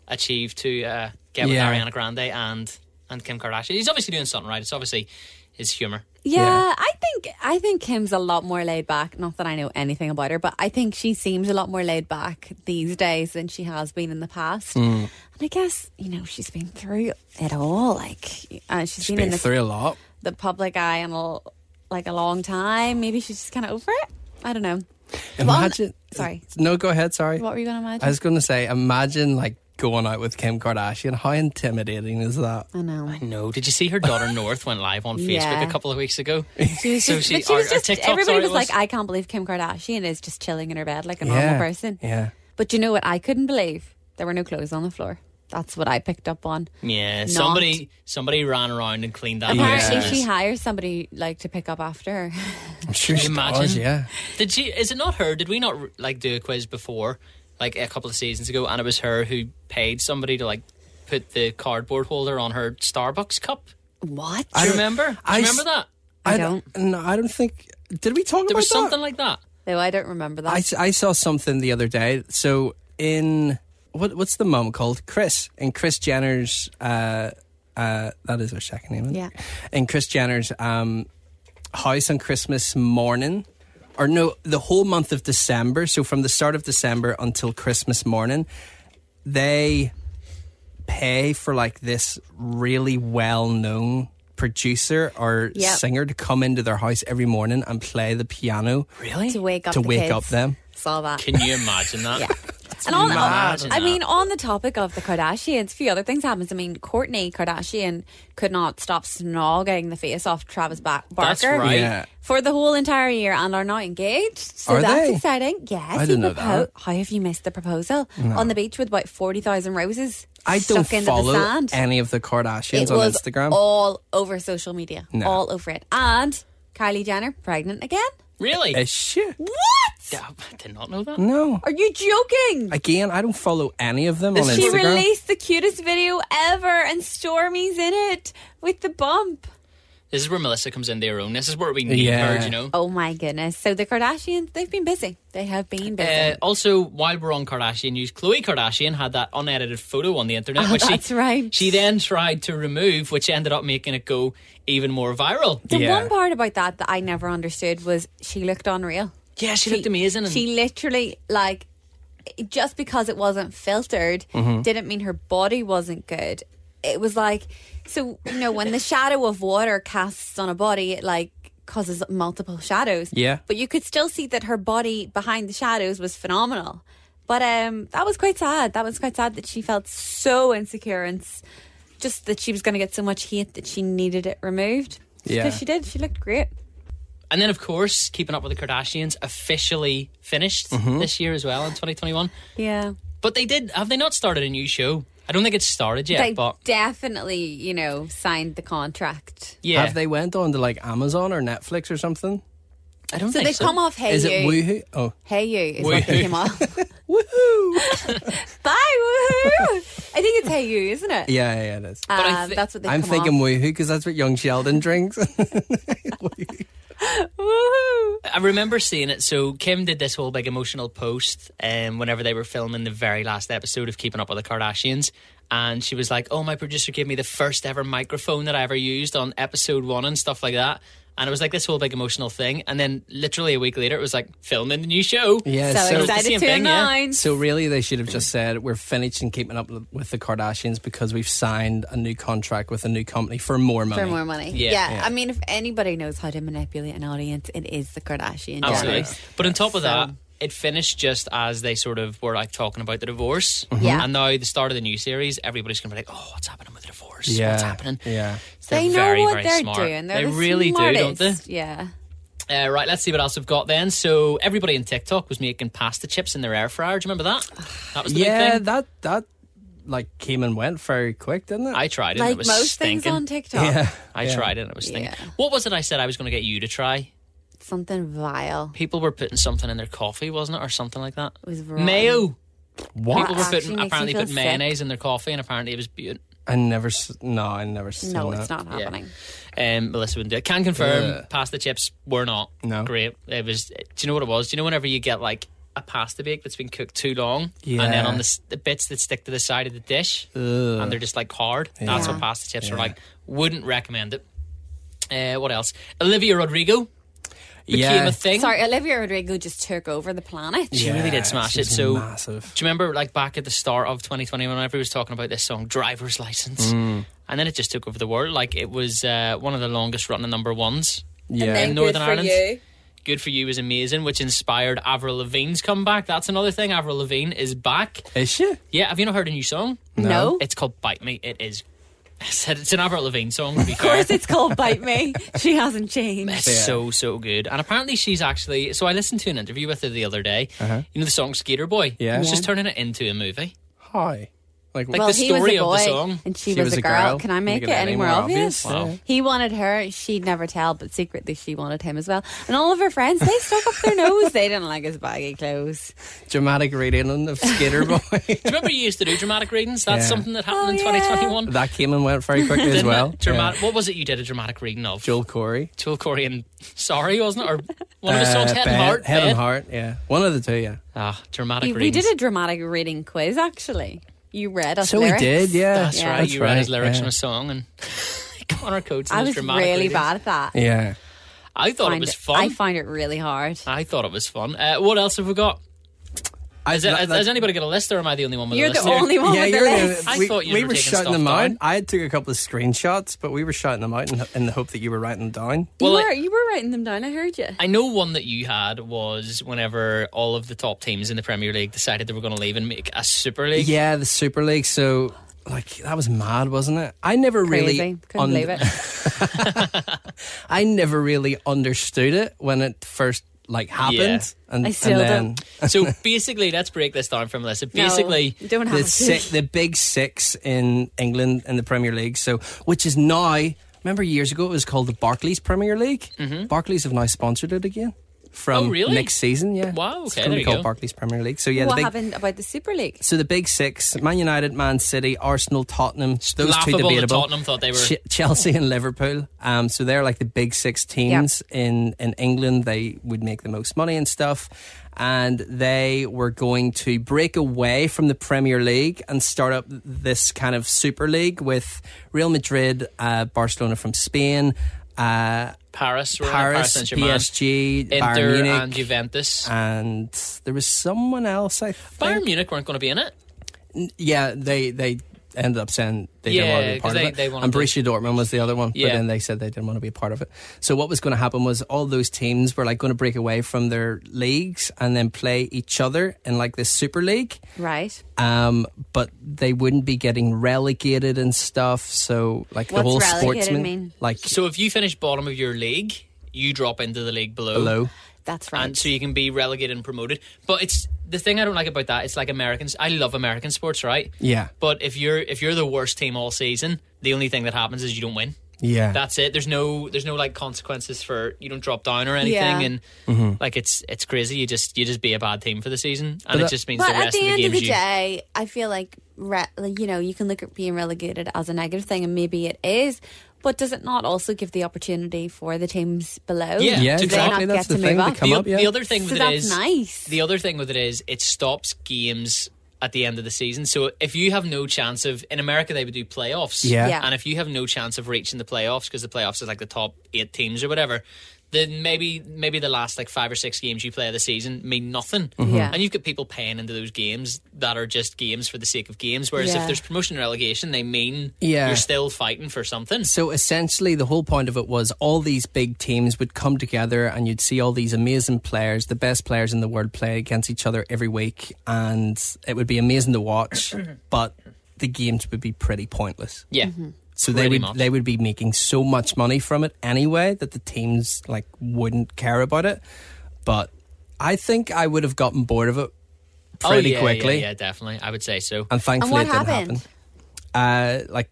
Speaker 1: achieved to uh, get with
Speaker 3: Yeah.
Speaker 1: Ariana Grande and and Kim Kardashian. He's obviously doing something right. It's obviously his humor.
Speaker 2: Yeah,
Speaker 3: Yeah.
Speaker 2: I think I think Kim's a lot more laid back. Not that I know anything about her, but I think she seems a lot more laid back these days than she has been in the past. And I guess you know she's been through it all. Like uh, she's been in
Speaker 3: Been
Speaker 2: the,
Speaker 3: through a lot.
Speaker 2: the public eye and all, like a long time. Maybe she's just kind of over it. I don't know. Well,
Speaker 3: Imagine.
Speaker 2: sorry.
Speaker 3: No, go ahead. Sorry.
Speaker 2: What were you going to imagine?
Speaker 3: I was going to say, imagine like going out with Kim Kardashian. How intimidating is that?
Speaker 2: I know.
Speaker 1: No, did you see her daughter North went live on Facebook
Speaker 2: Yeah.
Speaker 1: a couple of weeks ago?
Speaker 2: She was
Speaker 1: So
Speaker 2: just,
Speaker 1: she-
Speaker 2: but she was
Speaker 1: our- our
Speaker 2: just
Speaker 1: TikTok
Speaker 2: everybody
Speaker 1: story
Speaker 2: was,
Speaker 1: was-
Speaker 2: like, I can't believe Kim Kardashian is just chilling in her bed like a
Speaker 3: yeah.
Speaker 2: normal person.
Speaker 3: Yeah.
Speaker 2: But you know what I couldn't believe? There were no clothes on the floor. That's what I picked up on.
Speaker 1: Yeah,
Speaker 2: Not-
Speaker 1: somebody somebody ran around and cleaned that.
Speaker 2: Apparently,
Speaker 1: mess.
Speaker 2: she hires somebody like to pick up after her.
Speaker 3: I'm sure
Speaker 1: Can
Speaker 3: she
Speaker 1: you
Speaker 3: does.
Speaker 1: imagine?
Speaker 3: Yeah.
Speaker 1: Did she? Is it not her? Did we not like do a quiz before, like a couple of seasons ago, and it was her who paid somebody to like put the cardboard holder on her Starbucks cup?
Speaker 2: What?
Speaker 1: Do you
Speaker 3: I-
Speaker 1: remember? Do you
Speaker 3: I s-
Speaker 1: remember that?
Speaker 2: I
Speaker 3: No, I don't think. Did we talk
Speaker 1: There
Speaker 3: about
Speaker 1: was
Speaker 3: that?
Speaker 1: something like that.
Speaker 2: no, I don't remember that.
Speaker 3: I, s- I saw something the other day. So in what what's the mum called? Chris and Chris Jenner's. Uh, uh, that is her second name. isn't it?
Speaker 2: Yeah.
Speaker 3: In Chris Jenner's um, house on Christmas morning, or no, the whole month of December. So from the start of December until Christmas morning, they pay for like this really well known producer or
Speaker 2: Yep.
Speaker 3: singer to come into their house every morning and play the piano
Speaker 1: Really?
Speaker 2: to wake up
Speaker 3: to
Speaker 2: the
Speaker 3: wake
Speaker 2: kids.
Speaker 3: up them.
Speaker 2: Saw that.
Speaker 1: Can you imagine that?
Speaker 2: yeah. And on,
Speaker 1: mad,
Speaker 2: on-
Speaker 1: isn't
Speaker 2: I
Speaker 1: it?
Speaker 2: mean, on the topic of the Kardashians, a few other things happens. I mean, Courtney Kardashian could not stop snogging the face off Travis ba- Barker.
Speaker 1: That's right.
Speaker 3: Yeah.
Speaker 2: for the whole entire year and are now engaged. So
Speaker 3: Are
Speaker 2: that's
Speaker 3: they?
Speaker 2: exciting. Yes,
Speaker 3: I didn't
Speaker 2: he
Speaker 3: know that.
Speaker 2: How have you missed the proposal on the beach with about forty thousand roses?
Speaker 3: I don't
Speaker 2: stuck into
Speaker 3: follow
Speaker 2: the sand.
Speaker 3: any of the Kardashians
Speaker 2: it
Speaker 3: on
Speaker 2: was
Speaker 3: Instagram.
Speaker 2: all over social media,
Speaker 3: No.
Speaker 2: all over it. And Kylie Jenner pregnant again.
Speaker 1: Really?
Speaker 3: Is she?
Speaker 2: What?
Speaker 1: Yeah, I did not know that.
Speaker 3: Eh,
Speaker 2: Mm.
Speaker 3: No.
Speaker 2: Are you joking?
Speaker 3: Again, I don't follow any of them on
Speaker 2: she
Speaker 3: Instagram.
Speaker 2: released the cutest video ever, and Stormy's in it with the bump.
Speaker 1: This is where Melissa comes into her own. This is where we need
Speaker 3: Yeah.
Speaker 1: her. You know.
Speaker 2: Oh my goodness! So the Kardashians—they've been busy. They have been busy.
Speaker 1: Uh, also, while we're on Kardashian news, Khloe Kardashian had that unedited photo on the internet, which
Speaker 2: Oh, that's
Speaker 1: she,
Speaker 2: right.
Speaker 1: she then tried to remove, which ended up making it go even more viral.
Speaker 2: The
Speaker 3: Yeah.
Speaker 2: one part about that that I never understood was she looked unreal.
Speaker 1: Yeah, she, looked amazing. And
Speaker 2: She literally like just because it wasn't filtered
Speaker 3: Mm-hmm.
Speaker 2: didn't mean her body wasn't good. It was like so you know when the shadow of water casts on a body it like causes multiple shadows.
Speaker 3: Yeah.
Speaker 2: But you could still see that her body behind the shadows was phenomenal. But um that was quite sad. That was quite sad that she felt so insecure and s- just that she was going to get so much hate that she needed it removed.
Speaker 3: Yeah.
Speaker 2: Because she did. She looked great.
Speaker 1: And then, of course, keeping up with the Kardashians officially finished
Speaker 2: Mm-hmm.
Speaker 1: this year as well in 2021.
Speaker 2: Yeah.
Speaker 1: But they did, have they not started a new show? I don't think it's started yet,
Speaker 2: they
Speaker 1: but
Speaker 2: definitely, you know, signed the contract.
Speaker 1: yeah.
Speaker 3: Have they went on to like Amazon or Netflix or something?
Speaker 1: I don't
Speaker 2: So
Speaker 1: think
Speaker 2: they've
Speaker 1: so.
Speaker 2: come off Hey
Speaker 3: is
Speaker 2: You.
Speaker 3: it Woohoo? Oh,
Speaker 2: hey You is what they
Speaker 1: Woohoo.
Speaker 2: came off.
Speaker 3: Woohoo!
Speaker 2: Bye, woohoo! I think it's Hey You, isn't it?
Speaker 3: yeah, yeah, it is.
Speaker 1: I
Speaker 2: Um,
Speaker 1: thi-
Speaker 2: that's what they
Speaker 3: I'm
Speaker 2: come
Speaker 3: thinking
Speaker 2: off.
Speaker 3: Woohoo because that's what young Sheldon drinks.
Speaker 2: Woohoo!
Speaker 1: I remember seeing it. So Kim did this whole big emotional post um, whenever they were filming the very last episode of Keeping Up with the Kardashians. And she was like, Oh, my producer gave me the first ever microphone that I ever used on episode one and stuff like that. And it was like this whole big emotional thing. And then literally a week later, it was like filming the new show.
Speaker 3: yeah,
Speaker 2: So,
Speaker 3: so
Speaker 1: it's the
Speaker 2: excited to
Speaker 1: same thing, yeah.
Speaker 2: announce.
Speaker 3: So really, they should have just said we're finishing keeping up with the Kardashians because we've signed a new contract with a new company for more money.
Speaker 2: For more money.
Speaker 1: Yeah.
Speaker 2: I mean, if anybody knows how to manipulate an audience, it is the Kardashian
Speaker 1: Absolutely.
Speaker 2: daughters.
Speaker 1: But on top of that,
Speaker 2: So-
Speaker 1: it finished just as they sort of were like talking about the divorce.
Speaker 3: Mm-hmm.
Speaker 2: Yeah.
Speaker 1: And now the start of the new series, everybody's going to be like, oh, what's happening with the divorce?
Speaker 3: Yeah,
Speaker 1: What's happening?
Speaker 3: Yeah.
Speaker 1: They're
Speaker 2: They know
Speaker 1: very,
Speaker 2: what
Speaker 1: very
Speaker 2: they're
Speaker 1: smart.
Speaker 2: doing. They're
Speaker 1: They
Speaker 2: the
Speaker 1: really do, don't they?
Speaker 2: smartest. Yeah.
Speaker 1: Uh, right, let's see what else we've got then. So everybody in TikTok was making pasta chips in their air fryer. Do you remember that? That was the
Speaker 3: yeah,
Speaker 1: big thing.
Speaker 3: that that like came and went very quick, didn't it?
Speaker 1: I tried it and
Speaker 2: Like
Speaker 1: it was
Speaker 2: most
Speaker 1: stinking.
Speaker 2: things on TikTok.
Speaker 3: yeah,
Speaker 1: I
Speaker 3: yeah.
Speaker 1: tried it and it was stinking.
Speaker 2: Yeah.
Speaker 1: What was it I said I was going to get you to try?
Speaker 2: Something vile.
Speaker 1: People were putting something in their coffee, wasn't it? Or something like that.
Speaker 2: was wrong.
Speaker 1: Mayo.
Speaker 3: What?
Speaker 1: People were
Speaker 2: actually
Speaker 1: putting,
Speaker 2: makes me
Speaker 1: apparently
Speaker 2: feel
Speaker 1: put
Speaker 2: sick.
Speaker 1: mayonnaise in their coffee and apparently it was beautiful.
Speaker 3: I never. s- No, I never. Seen
Speaker 2: No,
Speaker 3: that.
Speaker 2: it's not happening.
Speaker 1: Um, Melissa wouldn't do it. Can confirm,
Speaker 3: Yeah.
Speaker 1: pasta chips were not
Speaker 3: No.
Speaker 1: great. It was. Do you know what it was? Do you know whenever you get like a pasta bake that's been cooked too long, and then
Speaker 3: Yeah.
Speaker 1: on the, s- the bits that stick to the side of the dish, and they're just like hard. That's what pasta chips are
Speaker 3: Yeah.
Speaker 1: like. Wouldn't recommend it. Uh, what else? Olivia Rodrigo became
Speaker 3: Yeah.
Speaker 1: a thing.
Speaker 2: Sorry, Olivia Rodrigo just took over the planet.
Speaker 1: She really did smash it.
Speaker 3: she's
Speaker 1: So,
Speaker 3: massive.
Speaker 1: do you remember like back at the start of 2020 when everybody was talking about this song "Driver's License,"
Speaker 3: Mm.
Speaker 1: and then it just took over the world. Like it was uh, one of the longest running number ones.
Speaker 3: Yeah.
Speaker 2: And
Speaker 1: In
Speaker 2: then Good
Speaker 1: Northern
Speaker 2: for
Speaker 1: Ireland?
Speaker 2: you.
Speaker 1: Good for You is amazing, which inspired Avril Lavigne's comeback. That's another thing. Avril Lavigne is back.
Speaker 3: Is she?
Speaker 1: Yeah, have you not heard a new song?
Speaker 2: No.
Speaker 1: It's called Bite Me. It is. I said It's an Avril Lavigne song, to be
Speaker 2: Of
Speaker 1: fair.
Speaker 2: course, it's called Bite Me. She hasn't changed.
Speaker 1: It's
Speaker 3: Yeah.
Speaker 1: so, so good. And apparently, she's actually. So, I listened to an interview with her the other day. You know the song Skater Boy?
Speaker 3: Yeah.
Speaker 1: She's
Speaker 3: Yeah.
Speaker 1: turning it into a movie.
Speaker 3: Hi. Like,
Speaker 1: Like
Speaker 2: Well,
Speaker 1: the
Speaker 2: he was
Speaker 1: story
Speaker 2: a
Speaker 1: of the
Speaker 2: boy
Speaker 1: song.
Speaker 2: and she, was, a girl. Can I make, it, any more obvious?
Speaker 1: Wow.
Speaker 2: He wanted her. She'd never tell, but secretly she wanted him as well. And all of her friends, they stuck up their nose. They didn't like his baggy clothes.
Speaker 3: Dramatic reading of Skater Boy.
Speaker 1: Do you remember you used to do dramatic readings? That's
Speaker 3: Yeah.
Speaker 1: something that happened in
Speaker 2: Oh, yeah.
Speaker 1: 2021.
Speaker 3: that came and went very quickly as
Speaker 1: Didn't
Speaker 3: well.
Speaker 1: it? Dramatic, What was it you did a dramatic reading of?
Speaker 3: Yeah. Joel Corey.
Speaker 1: Joel Corey and Sorry, wasn't it? Or one of the
Speaker 3: Uh,
Speaker 1: songs, Head and
Speaker 3: Bed-
Speaker 1: Heart.
Speaker 3: Head
Speaker 1: Bed.
Speaker 3: and Heart, yeah. One of the two, yeah.
Speaker 1: Ah, dramatic
Speaker 2: We, we
Speaker 1: readings.
Speaker 2: did a dramatic reading quiz, actually. You read us
Speaker 3: So
Speaker 2: lyrics.
Speaker 3: we did, yeah.
Speaker 1: That's
Speaker 2: Oh, Yeah.
Speaker 1: right.
Speaker 3: That's
Speaker 1: you read his
Speaker 3: right,
Speaker 1: lyrics
Speaker 3: yeah.
Speaker 1: from a song, and Connor Coates. in
Speaker 2: I
Speaker 1: his
Speaker 2: was
Speaker 1: dramatic
Speaker 2: really
Speaker 1: readings.
Speaker 2: bad at that.
Speaker 3: Yeah.
Speaker 1: I thought it
Speaker 2: Find
Speaker 1: was
Speaker 2: it-
Speaker 1: fun. I
Speaker 2: I find it really hard.
Speaker 1: thought it was fun. Uh, what else have we got?
Speaker 3: I,
Speaker 1: Is it, has, has anybody got a list, or am I the only one with
Speaker 2: You're
Speaker 1: a list?
Speaker 2: the only one
Speaker 3: yeah,
Speaker 2: with the
Speaker 3: you're the-
Speaker 2: list.
Speaker 1: I
Speaker 3: we,
Speaker 1: thought you
Speaker 3: we
Speaker 1: were
Speaker 3: were
Speaker 1: taking
Speaker 3: shouting
Speaker 1: stuff
Speaker 3: them out.
Speaker 1: down.
Speaker 3: I took a couple of screenshots, but we were shouting them out in, in the hope that you were writing them down.
Speaker 1: Well,
Speaker 2: you,
Speaker 1: I-
Speaker 2: were, you were writing them down. I heard you.
Speaker 1: I know one that you had was whenever all of the top teams in the Premier League decided they were going to leave and make a Super League.
Speaker 3: Yeah, the Super League. So, like, that was mad, wasn't it? I never
Speaker 2: Crazy.
Speaker 3: really.
Speaker 2: Couldn't
Speaker 3: un-
Speaker 2: believe it.
Speaker 3: I never really understood it when it first like happened, and,
Speaker 2: I still
Speaker 3: and then
Speaker 2: don't.
Speaker 1: So basically, let's break this down for Melissa. Basically,
Speaker 2: no, don't have
Speaker 3: the
Speaker 2: to.
Speaker 3: six, the big six in England in the Premier League. So, which is now. Remember, years ago it was called the Barclays Premier League.
Speaker 2: Mm-hmm.
Speaker 3: Barclays have now sponsored it again from
Speaker 1: Oh, really?
Speaker 3: next season. Yeah,
Speaker 1: Wow,
Speaker 3: It's
Speaker 1: okay, there
Speaker 3: going to be
Speaker 1: you
Speaker 3: called
Speaker 1: go.
Speaker 3: Barclays Premier League. So yeah,
Speaker 2: what
Speaker 3: the big.
Speaker 2: happened about the Super League?
Speaker 3: So the big six: Man United, Man City, Arsenal, Tottenham. Those
Speaker 1: laughable that
Speaker 3: two debatable.
Speaker 1: Tottenham thought they were-
Speaker 3: Ch- Chelsea and Liverpool. Um, so they're like the big six teams in in England. They would make the most money and stuff, and they were going to break away from the Premier League and start up this kind of Super League with Real Madrid, uh, Barcelona from Spain, uh,
Speaker 1: Paris, were in
Speaker 3: Paris,
Speaker 1: Saint Germain,
Speaker 3: PSG, Bayern
Speaker 1: Inter,
Speaker 3: Munich,
Speaker 1: and Juventus.
Speaker 3: and there was someone else. I think.
Speaker 1: Bayern Munich weren't going to be in it.
Speaker 3: Yeah, they they ended up saying they
Speaker 1: Yeah,
Speaker 3: didn't want to
Speaker 1: 'cause
Speaker 3: be a part
Speaker 1: they-
Speaker 3: of it.
Speaker 1: they wanted
Speaker 3: and Borussia Dortmund was the other one,
Speaker 1: Yeah.
Speaker 3: but then they said they didn't want to be a part of it. So what was going to happen was all those teams were like going to break away from their leagues and then play each other in like this Super League.
Speaker 2: Right.
Speaker 3: Um, but they wouldn't be getting relegated and stuff. So like the
Speaker 2: What's
Speaker 3: whole
Speaker 2: relegated
Speaker 3: sportsman,
Speaker 2: mean?
Speaker 3: like
Speaker 1: So if you finish bottom of your league, you drop into the league below.
Speaker 3: below.
Speaker 2: That's right.
Speaker 1: And so you can be relegated and promoted. But it's the thing I don't like about that, it's like Americans I love American sports, right?
Speaker 3: Yeah.
Speaker 1: But if you're if you're the worst team all season, the only thing that happens is you don't win.
Speaker 3: Yeah,
Speaker 1: That's it. There's no there's no like consequences for you don't drop down or anything
Speaker 2: Yeah.
Speaker 1: and
Speaker 3: Mm-hmm.
Speaker 1: like it's it's crazy. You just you just be a bad team for the season and it
Speaker 3: that-
Speaker 1: just means
Speaker 2: But
Speaker 1: the
Speaker 2: at
Speaker 1: rest
Speaker 2: the
Speaker 1: of the
Speaker 2: end of
Speaker 1: games
Speaker 2: the
Speaker 1: you
Speaker 2: day, I feel like, re- like, you know, you can look at being relegated as a negative thing, and maybe it is. But does it not also give the opportunity for the teams below?
Speaker 1: Yeah,
Speaker 3: yeah,
Speaker 1: to
Speaker 2: to
Speaker 1: drop.
Speaker 3: exactly.
Speaker 2: not get
Speaker 3: That's the
Speaker 2: to
Speaker 3: thing.
Speaker 2: move
Speaker 3: They
Speaker 2: up?
Speaker 3: come
Speaker 1: the,
Speaker 3: up, yeah.
Speaker 1: the other thing
Speaker 2: So
Speaker 1: with it
Speaker 2: that's
Speaker 1: is
Speaker 2: nice.
Speaker 1: the other thing with it is it stops games at the end of the season. So if you have no chance of in America they would do playoffs,
Speaker 3: Yeah.
Speaker 2: Yeah.
Speaker 1: and if you have no chance of reaching the playoffs because the playoffs is like the top eight teams or whatever. Then maybe maybe the last like five or six games you play of the season mean nothing,
Speaker 2: Yeah.
Speaker 1: and you've got people paying into those games that are just games for the sake of games. Whereas if
Speaker 2: Yeah.
Speaker 1: there's promotion and relegation, they mean
Speaker 3: Yeah.
Speaker 1: you're still fighting for something.
Speaker 3: So essentially, the whole point of it was all these big teams would come together, and you'd see all these amazing players, the best players in the world, play against each other every week, and it would be amazing to watch. but the games would be pretty pointless.
Speaker 1: Yeah,
Speaker 2: Mm-hmm.
Speaker 3: So they
Speaker 1: Pretty
Speaker 3: would
Speaker 1: much.
Speaker 3: they would be making so much money from it anyway that the teams like wouldn't care about it. But I think I would have gotten bored of it
Speaker 1: Oh,
Speaker 3: pretty
Speaker 1: yeah, yeah,
Speaker 3: quickly,
Speaker 1: yeah, definitely. I would say so.
Speaker 3: and
Speaker 2: and
Speaker 3: thankfully
Speaker 2: what
Speaker 3: it didn't
Speaker 2: happened?
Speaker 3: happen. Uh, like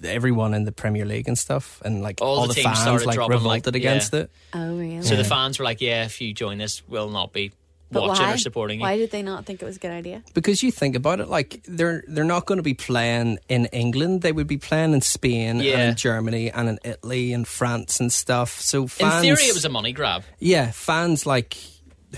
Speaker 3: th- everyone in the Premier League and stuff, and like
Speaker 1: All
Speaker 3: all,
Speaker 1: the
Speaker 3: the,
Speaker 1: teams started
Speaker 3: fans like
Speaker 1: dropping, like,
Speaker 3: revolted against
Speaker 1: yeah.
Speaker 3: it.
Speaker 2: Oh, really?
Speaker 1: So the fans were like, "Yeah, if you join this, we'll not be, watching
Speaker 2: why?
Speaker 1: or supporting you.
Speaker 2: Why did they not think it was a good idea?
Speaker 3: because you think about it, like they're they're not going to be playing in England. They would be playing in Spain and
Speaker 1: Yeah.
Speaker 3: in Germany and in Italy and France and stuff. So
Speaker 1: In
Speaker 3: fans,
Speaker 1: theory, it was a money grab.
Speaker 3: yeah, fans like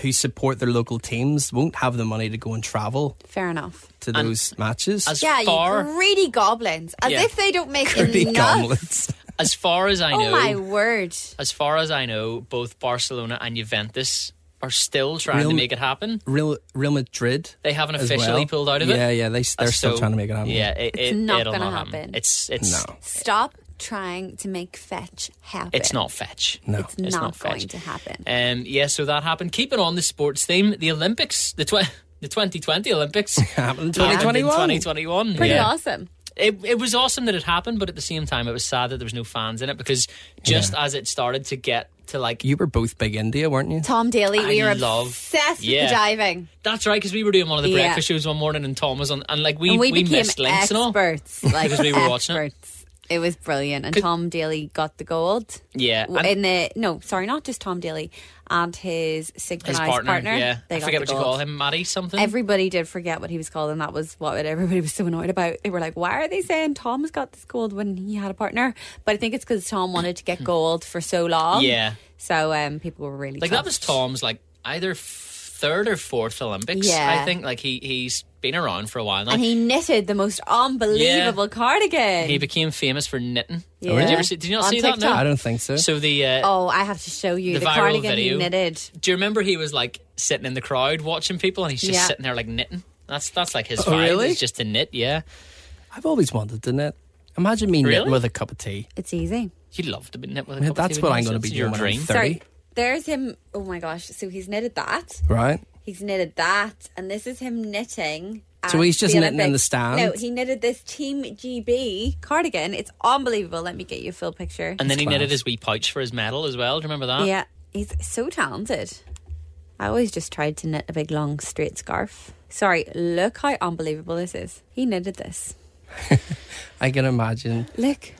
Speaker 3: who support their local teams won't have the money to go and travel
Speaker 2: Fair enough.
Speaker 3: to those matches.
Speaker 1: As
Speaker 2: Yeah,
Speaker 1: far
Speaker 2: you greedy goblins. As
Speaker 1: Yeah.
Speaker 2: if they don't make
Speaker 3: Pretty
Speaker 2: enough.
Speaker 3: goblets.
Speaker 1: as far as I
Speaker 2: Oh
Speaker 1: know,
Speaker 2: my word!
Speaker 1: as far as I know, both Barcelona and Juventus are still trying
Speaker 3: Real-
Speaker 1: to make it happen.
Speaker 3: Real Real Madrid.
Speaker 1: They haven't
Speaker 3: as
Speaker 1: officially
Speaker 3: well.
Speaker 1: pulled out of it. Uh,
Speaker 3: Yeah, yeah, they, they're still
Speaker 1: So,
Speaker 3: trying to make it happen.
Speaker 1: Yeah, it,
Speaker 2: It's
Speaker 1: it,
Speaker 2: not
Speaker 1: it'll
Speaker 2: gonna
Speaker 1: not happen.
Speaker 2: happen.
Speaker 1: It's it's
Speaker 3: No.
Speaker 2: Stop trying to make fetch happen.
Speaker 1: it's not fetch.
Speaker 3: No.
Speaker 2: It's,
Speaker 1: It's
Speaker 2: not,
Speaker 1: not fetch.
Speaker 2: going to happen.
Speaker 1: Um, yeah, so that happened. Keeping on the sports theme, the Olympics, the tw- the 2020 Olympics
Speaker 3: Happened in
Speaker 1: happened in
Speaker 3: 2021.
Speaker 1: 2021.
Speaker 2: Pretty
Speaker 1: yeah.
Speaker 2: awesome.
Speaker 1: It, it was awesome that it happened, but at the same time, it was sad that there was no fans in it because just as it started to get to like
Speaker 3: You were both big India, weren't you?
Speaker 2: Tom Daly, we
Speaker 1: I
Speaker 2: are
Speaker 1: love-
Speaker 2: obsessed
Speaker 1: yeah.
Speaker 2: with the diving,
Speaker 1: That's right, because we were doing one of the
Speaker 2: Yeah.
Speaker 1: breakfast shows one morning, and Tom was on, and like we
Speaker 2: and we,
Speaker 1: we,
Speaker 2: became
Speaker 1: missed links and all.
Speaker 2: experts. Like
Speaker 1: Because we were watching it.
Speaker 2: experts. It. was brilliant, and
Speaker 1: Could-
Speaker 2: Tom Daly got the gold.
Speaker 1: Yeah,
Speaker 2: W-
Speaker 1: and
Speaker 2: in the no, sorry, not just Tom Daly and his synchronized
Speaker 1: his partner, yeah.
Speaker 2: They
Speaker 1: I
Speaker 2: got
Speaker 1: forget
Speaker 2: the
Speaker 1: what you
Speaker 2: gold.
Speaker 1: call him, Maddie something.
Speaker 2: Everybody did forget what he was called, and that was what everybody was so annoyed about. They were like, "Why are they saying Tom has got this gold when he had a partner?" But I think it's because Tom wanted to get gold for so long.
Speaker 1: Yeah.
Speaker 2: So um, people were really
Speaker 1: like that was
Speaker 2: chuffed.
Speaker 1: Tom's like either f- third or fourth Olympics.
Speaker 2: Yeah.
Speaker 1: I think like he he's been around for a while now.
Speaker 2: and
Speaker 1: he,
Speaker 2: he knitted the most unbelievable cardigan.
Speaker 1: became famous for knitting.
Speaker 2: Yeah.
Speaker 1: Did you ever see? Did you not
Speaker 2: On
Speaker 1: see that?
Speaker 2: TikTok.
Speaker 1: No.
Speaker 3: I don't think so.
Speaker 1: Oh. So the uh,
Speaker 2: oh, I have to show you
Speaker 1: The
Speaker 2: the,
Speaker 1: viral
Speaker 2: cardigan
Speaker 1: video.
Speaker 2: he knitted.
Speaker 1: do you remember he was like sitting in the crowd watching people, and he's just
Speaker 2: Yeah.
Speaker 1: sitting there like knitting. That's that's like his
Speaker 3: Oh,
Speaker 1: vibe.
Speaker 3: really?
Speaker 1: It's just to knit. Yeah,
Speaker 3: I've always wanted to knit. Imagine me knitting
Speaker 1: Really?
Speaker 3: with a cup of tea.
Speaker 2: It's easy.
Speaker 1: you love to be knit with. A
Speaker 3: Yeah,
Speaker 1: cup of
Speaker 3: that's
Speaker 1: tea,
Speaker 3: what
Speaker 1: wouldn't
Speaker 3: I'm
Speaker 1: you?
Speaker 3: gonna be
Speaker 1: It's your
Speaker 3: doing when I'm
Speaker 1: dream.
Speaker 3: thir- 30?
Speaker 2: Sorry, there's him. Oh my gosh! So he's knitted that.
Speaker 3: Right.
Speaker 2: He's knitted that, and this is him knitting.
Speaker 3: So
Speaker 2: at
Speaker 3: he's just
Speaker 2: the
Speaker 3: knitting in
Speaker 2: Olympics.
Speaker 3: the stand?
Speaker 2: No, he knitted this Team GB cardigan. It's unbelievable. Let me get you a full picture.
Speaker 1: And then he
Speaker 3: class.
Speaker 1: knitted his wee pouch for his medal as well. Do you remember that?
Speaker 2: yeah, he's so talented. I always just tried to knit a big long straight scarf. Sorry, look how unbelievable this is. He knitted this.
Speaker 3: I can imagine.
Speaker 2: Look,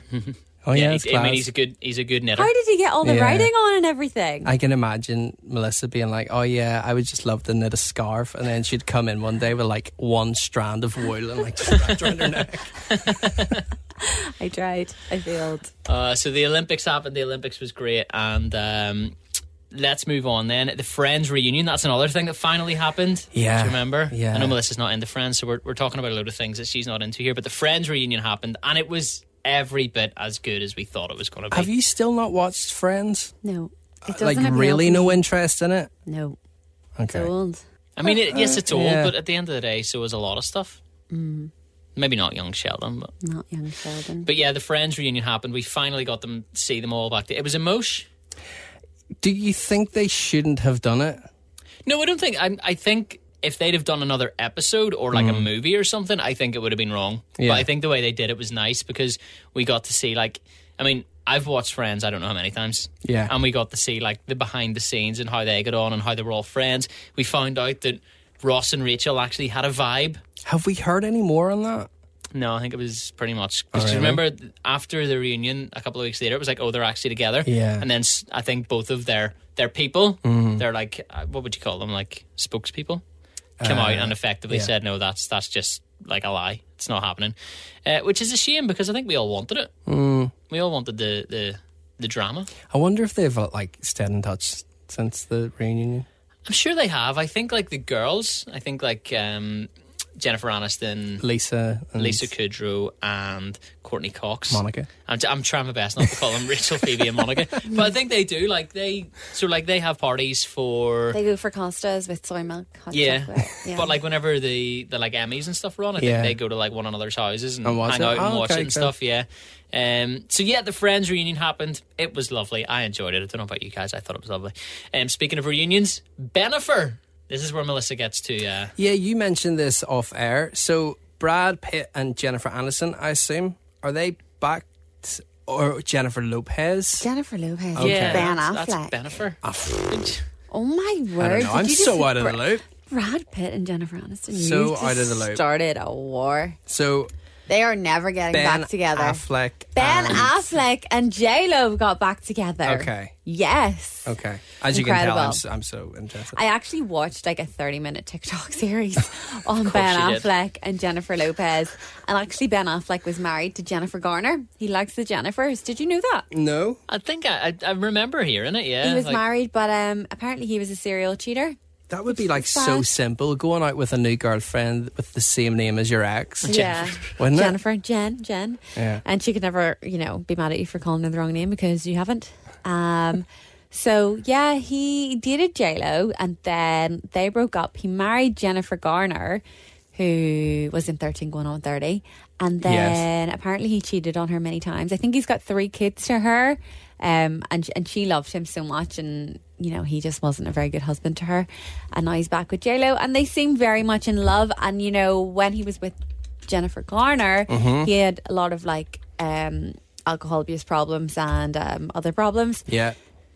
Speaker 3: Oh yeah,
Speaker 1: he-
Speaker 3: it's
Speaker 1: I
Speaker 3: class.
Speaker 1: mean, he's a good, he's a good knitter.
Speaker 2: how did he get all the
Speaker 3: Yeah.
Speaker 2: writing on and everything?
Speaker 3: I can imagine Melissa being like, "Oh yeah, I would just love to knit a scarf," and then she'd come in one day with like one strand of wool and like wrapped around her neck.
Speaker 2: I tried. I failed.
Speaker 1: Uh, so the Olympics happened. The Olympics was great, and um, let's move on then. The Friends reunion. That's another thing that finally happened.
Speaker 3: Yeah.
Speaker 1: do you remember?
Speaker 3: Yeah.
Speaker 1: I know Melissa's not into Friends, so we're we're talking about a load of things that she's not into here. But the Friends reunion happened, and it was every bit as good as we thought it was going to be.
Speaker 3: Have you still not watched Friends?
Speaker 2: No, it doesn't
Speaker 3: Like
Speaker 2: appeal
Speaker 3: really,
Speaker 2: to me.
Speaker 3: no interest in it?
Speaker 2: No, it's
Speaker 3: Okay.
Speaker 2: old.
Speaker 1: I mean, it, yes, it's old,
Speaker 3: Uh, yeah. Mm.
Speaker 1: but at the end of the day, so is a lot of stuff. Maybe not young Sheldon, but
Speaker 2: Not young Sheldon.
Speaker 1: but yeah, the Friends reunion happened. We finally got them see them all back. It was a mosh.
Speaker 3: Do you think they shouldn't have done it?
Speaker 1: No, I don't think. I, I think if they'd have done another episode or like a movie or something, I think it would have been wrong.
Speaker 3: Mm. Yeah.
Speaker 1: But I think the way they did it was nice because we got to see like, I mean, I've watched Friends. I don't know how many times.
Speaker 3: Yeah.
Speaker 1: and we got to see like the behind the scenes and how they got on and how they were all friends. We found out that Ross and Rachel actually had a vibe.
Speaker 3: Have we heard any more on that?
Speaker 1: No, I think it was pretty much because
Speaker 3: really?
Speaker 1: remember th- after the reunion a couple of weeks later, it was like, oh, they're actually together.
Speaker 3: Yeah. Mm-hmm.
Speaker 1: and then s- I think both of their their people, they're like, uh, what would you call them, like spokespeople, come out and effectively
Speaker 3: Uh, yeah.
Speaker 1: said, no, that's that's just like a lie. It's not happening, uh, which is a shame because I think we all wanted it.
Speaker 3: Mm.
Speaker 1: We all wanted the the the drama.
Speaker 3: I wonder if they've uh, like stayed in touch since the reunion.
Speaker 1: I'm sure they have. I think like the girls. I think like um, Jennifer Aniston.
Speaker 3: Lisa, and
Speaker 1: Lisa Kudrow and Courtney Cox.
Speaker 3: Monica.
Speaker 1: I'm, I'm trying my best not to call them Rachel, Phoebe, and Monica, but I think they do. Like they, so like they have parties for.
Speaker 2: They go for Costas with soy milk. Hot
Speaker 1: Yeah.
Speaker 2: chocolate. yeah,
Speaker 1: But like whenever the the like Emmys and stuff are on, I think
Speaker 3: Yeah.
Speaker 1: they go to like one another's houses and,
Speaker 3: And watch
Speaker 1: hang
Speaker 3: it?
Speaker 1: out and
Speaker 3: Oh,
Speaker 1: watch
Speaker 3: okay,
Speaker 1: it and
Speaker 3: cool.
Speaker 1: stuff. Yeah. Um. So yeah, the Friends reunion happened. It was lovely. I enjoyed it. I don't know about you guys. I thought it was lovely. Um. Speaking of reunions, Benifer. This is where Melissa gets to. Uh,
Speaker 3: Yeah, you mentioned this off air. So Brad Pitt and Jennifer Aniston, I assume, are they back? t- Or Jennifer Lopez?
Speaker 2: Jennifer Lopez.
Speaker 1: Yeah.
Speaker 2: Ben
Speaker 1: that's,
Speaker 2: Affleck.
Speaker 1: That's Benifer.
Speaker 3: Ah,
Speaker 2: oh my word!
Speaker 3: I don't know.
Speaker 2: did
Speaker 3: I'm
Speaker 2: you
Speaker 3: so
Speaker 2: just-
Speaker 3: out of the loop.
Speaker 2: Brad Pitt and Jennifer Aniston.
Speaker 3: So
Speaker 2: you've
Speaker 3: out of
Speaker 2: just
Speaker 3: the loop.
Speaker 2: Started a war.
Speaker 3: So
Speaker 2: They are never getting
Speaker 3: Ben
Speaker 2: back together.
Speaker 3: Affleck.
Speaker 2: ben
Speaker 3: and-
Speaker 2: Affleck and J Lo got back together.
Speaker 3: Okay.
Speaker 2: Yes.
Speaker 3: Okay. As you can tell, I'm,
Speaker 2: Incredible.
Speaker 3: s- I'm so interested.
Speaker 2: I actually watched like a 30 minute TikTok series on Ben
Speaker 1: you did.
Speaker 2: Affleck and Jennifer Lopez. And actually, Ben Affleck was married to Jennifer Garner. He likes the Jennifers. Did you know that?
Speaker 3: no.
Speaker 1: I think I, I, I remember hearing it. Yeah,
Speaker 2: He was
Speaker 1: like-
Speaker 2: married, but um, apparently he was a serial cheater.
Speaker 3: That would be like
Speaker 2: sad.
Speaker 3: so simple. Going out with a new girlfriend with the same name as your ex.
Speaker 2: Yeah.
Speaker 3: Wouldn't it?
Speaker 2: Jennifer, Jen, Jen.
Speaker 3: Yeah.
Speaker 2: And she could never, you know, be mad at you for calling her the wrong name because you haven't. Um, so yeah, he dated J Lo, and then they broke up. He married Jennifer Garner, who was in thirteen, going on thirty, and
Speaker 3: Yes.
Speaker 2: then apparently he cheated on her many times. I think he's got three kids to her, um, and and she loved him so much, and you know he just wasn't a very good husband to her, and now he's back with J Lo, and they seem very much in love. And you know when he was with Jennifer Garner, he had a lot of like um, alcohol abuse problems and um, other problems.
Speaker 3: Yeah.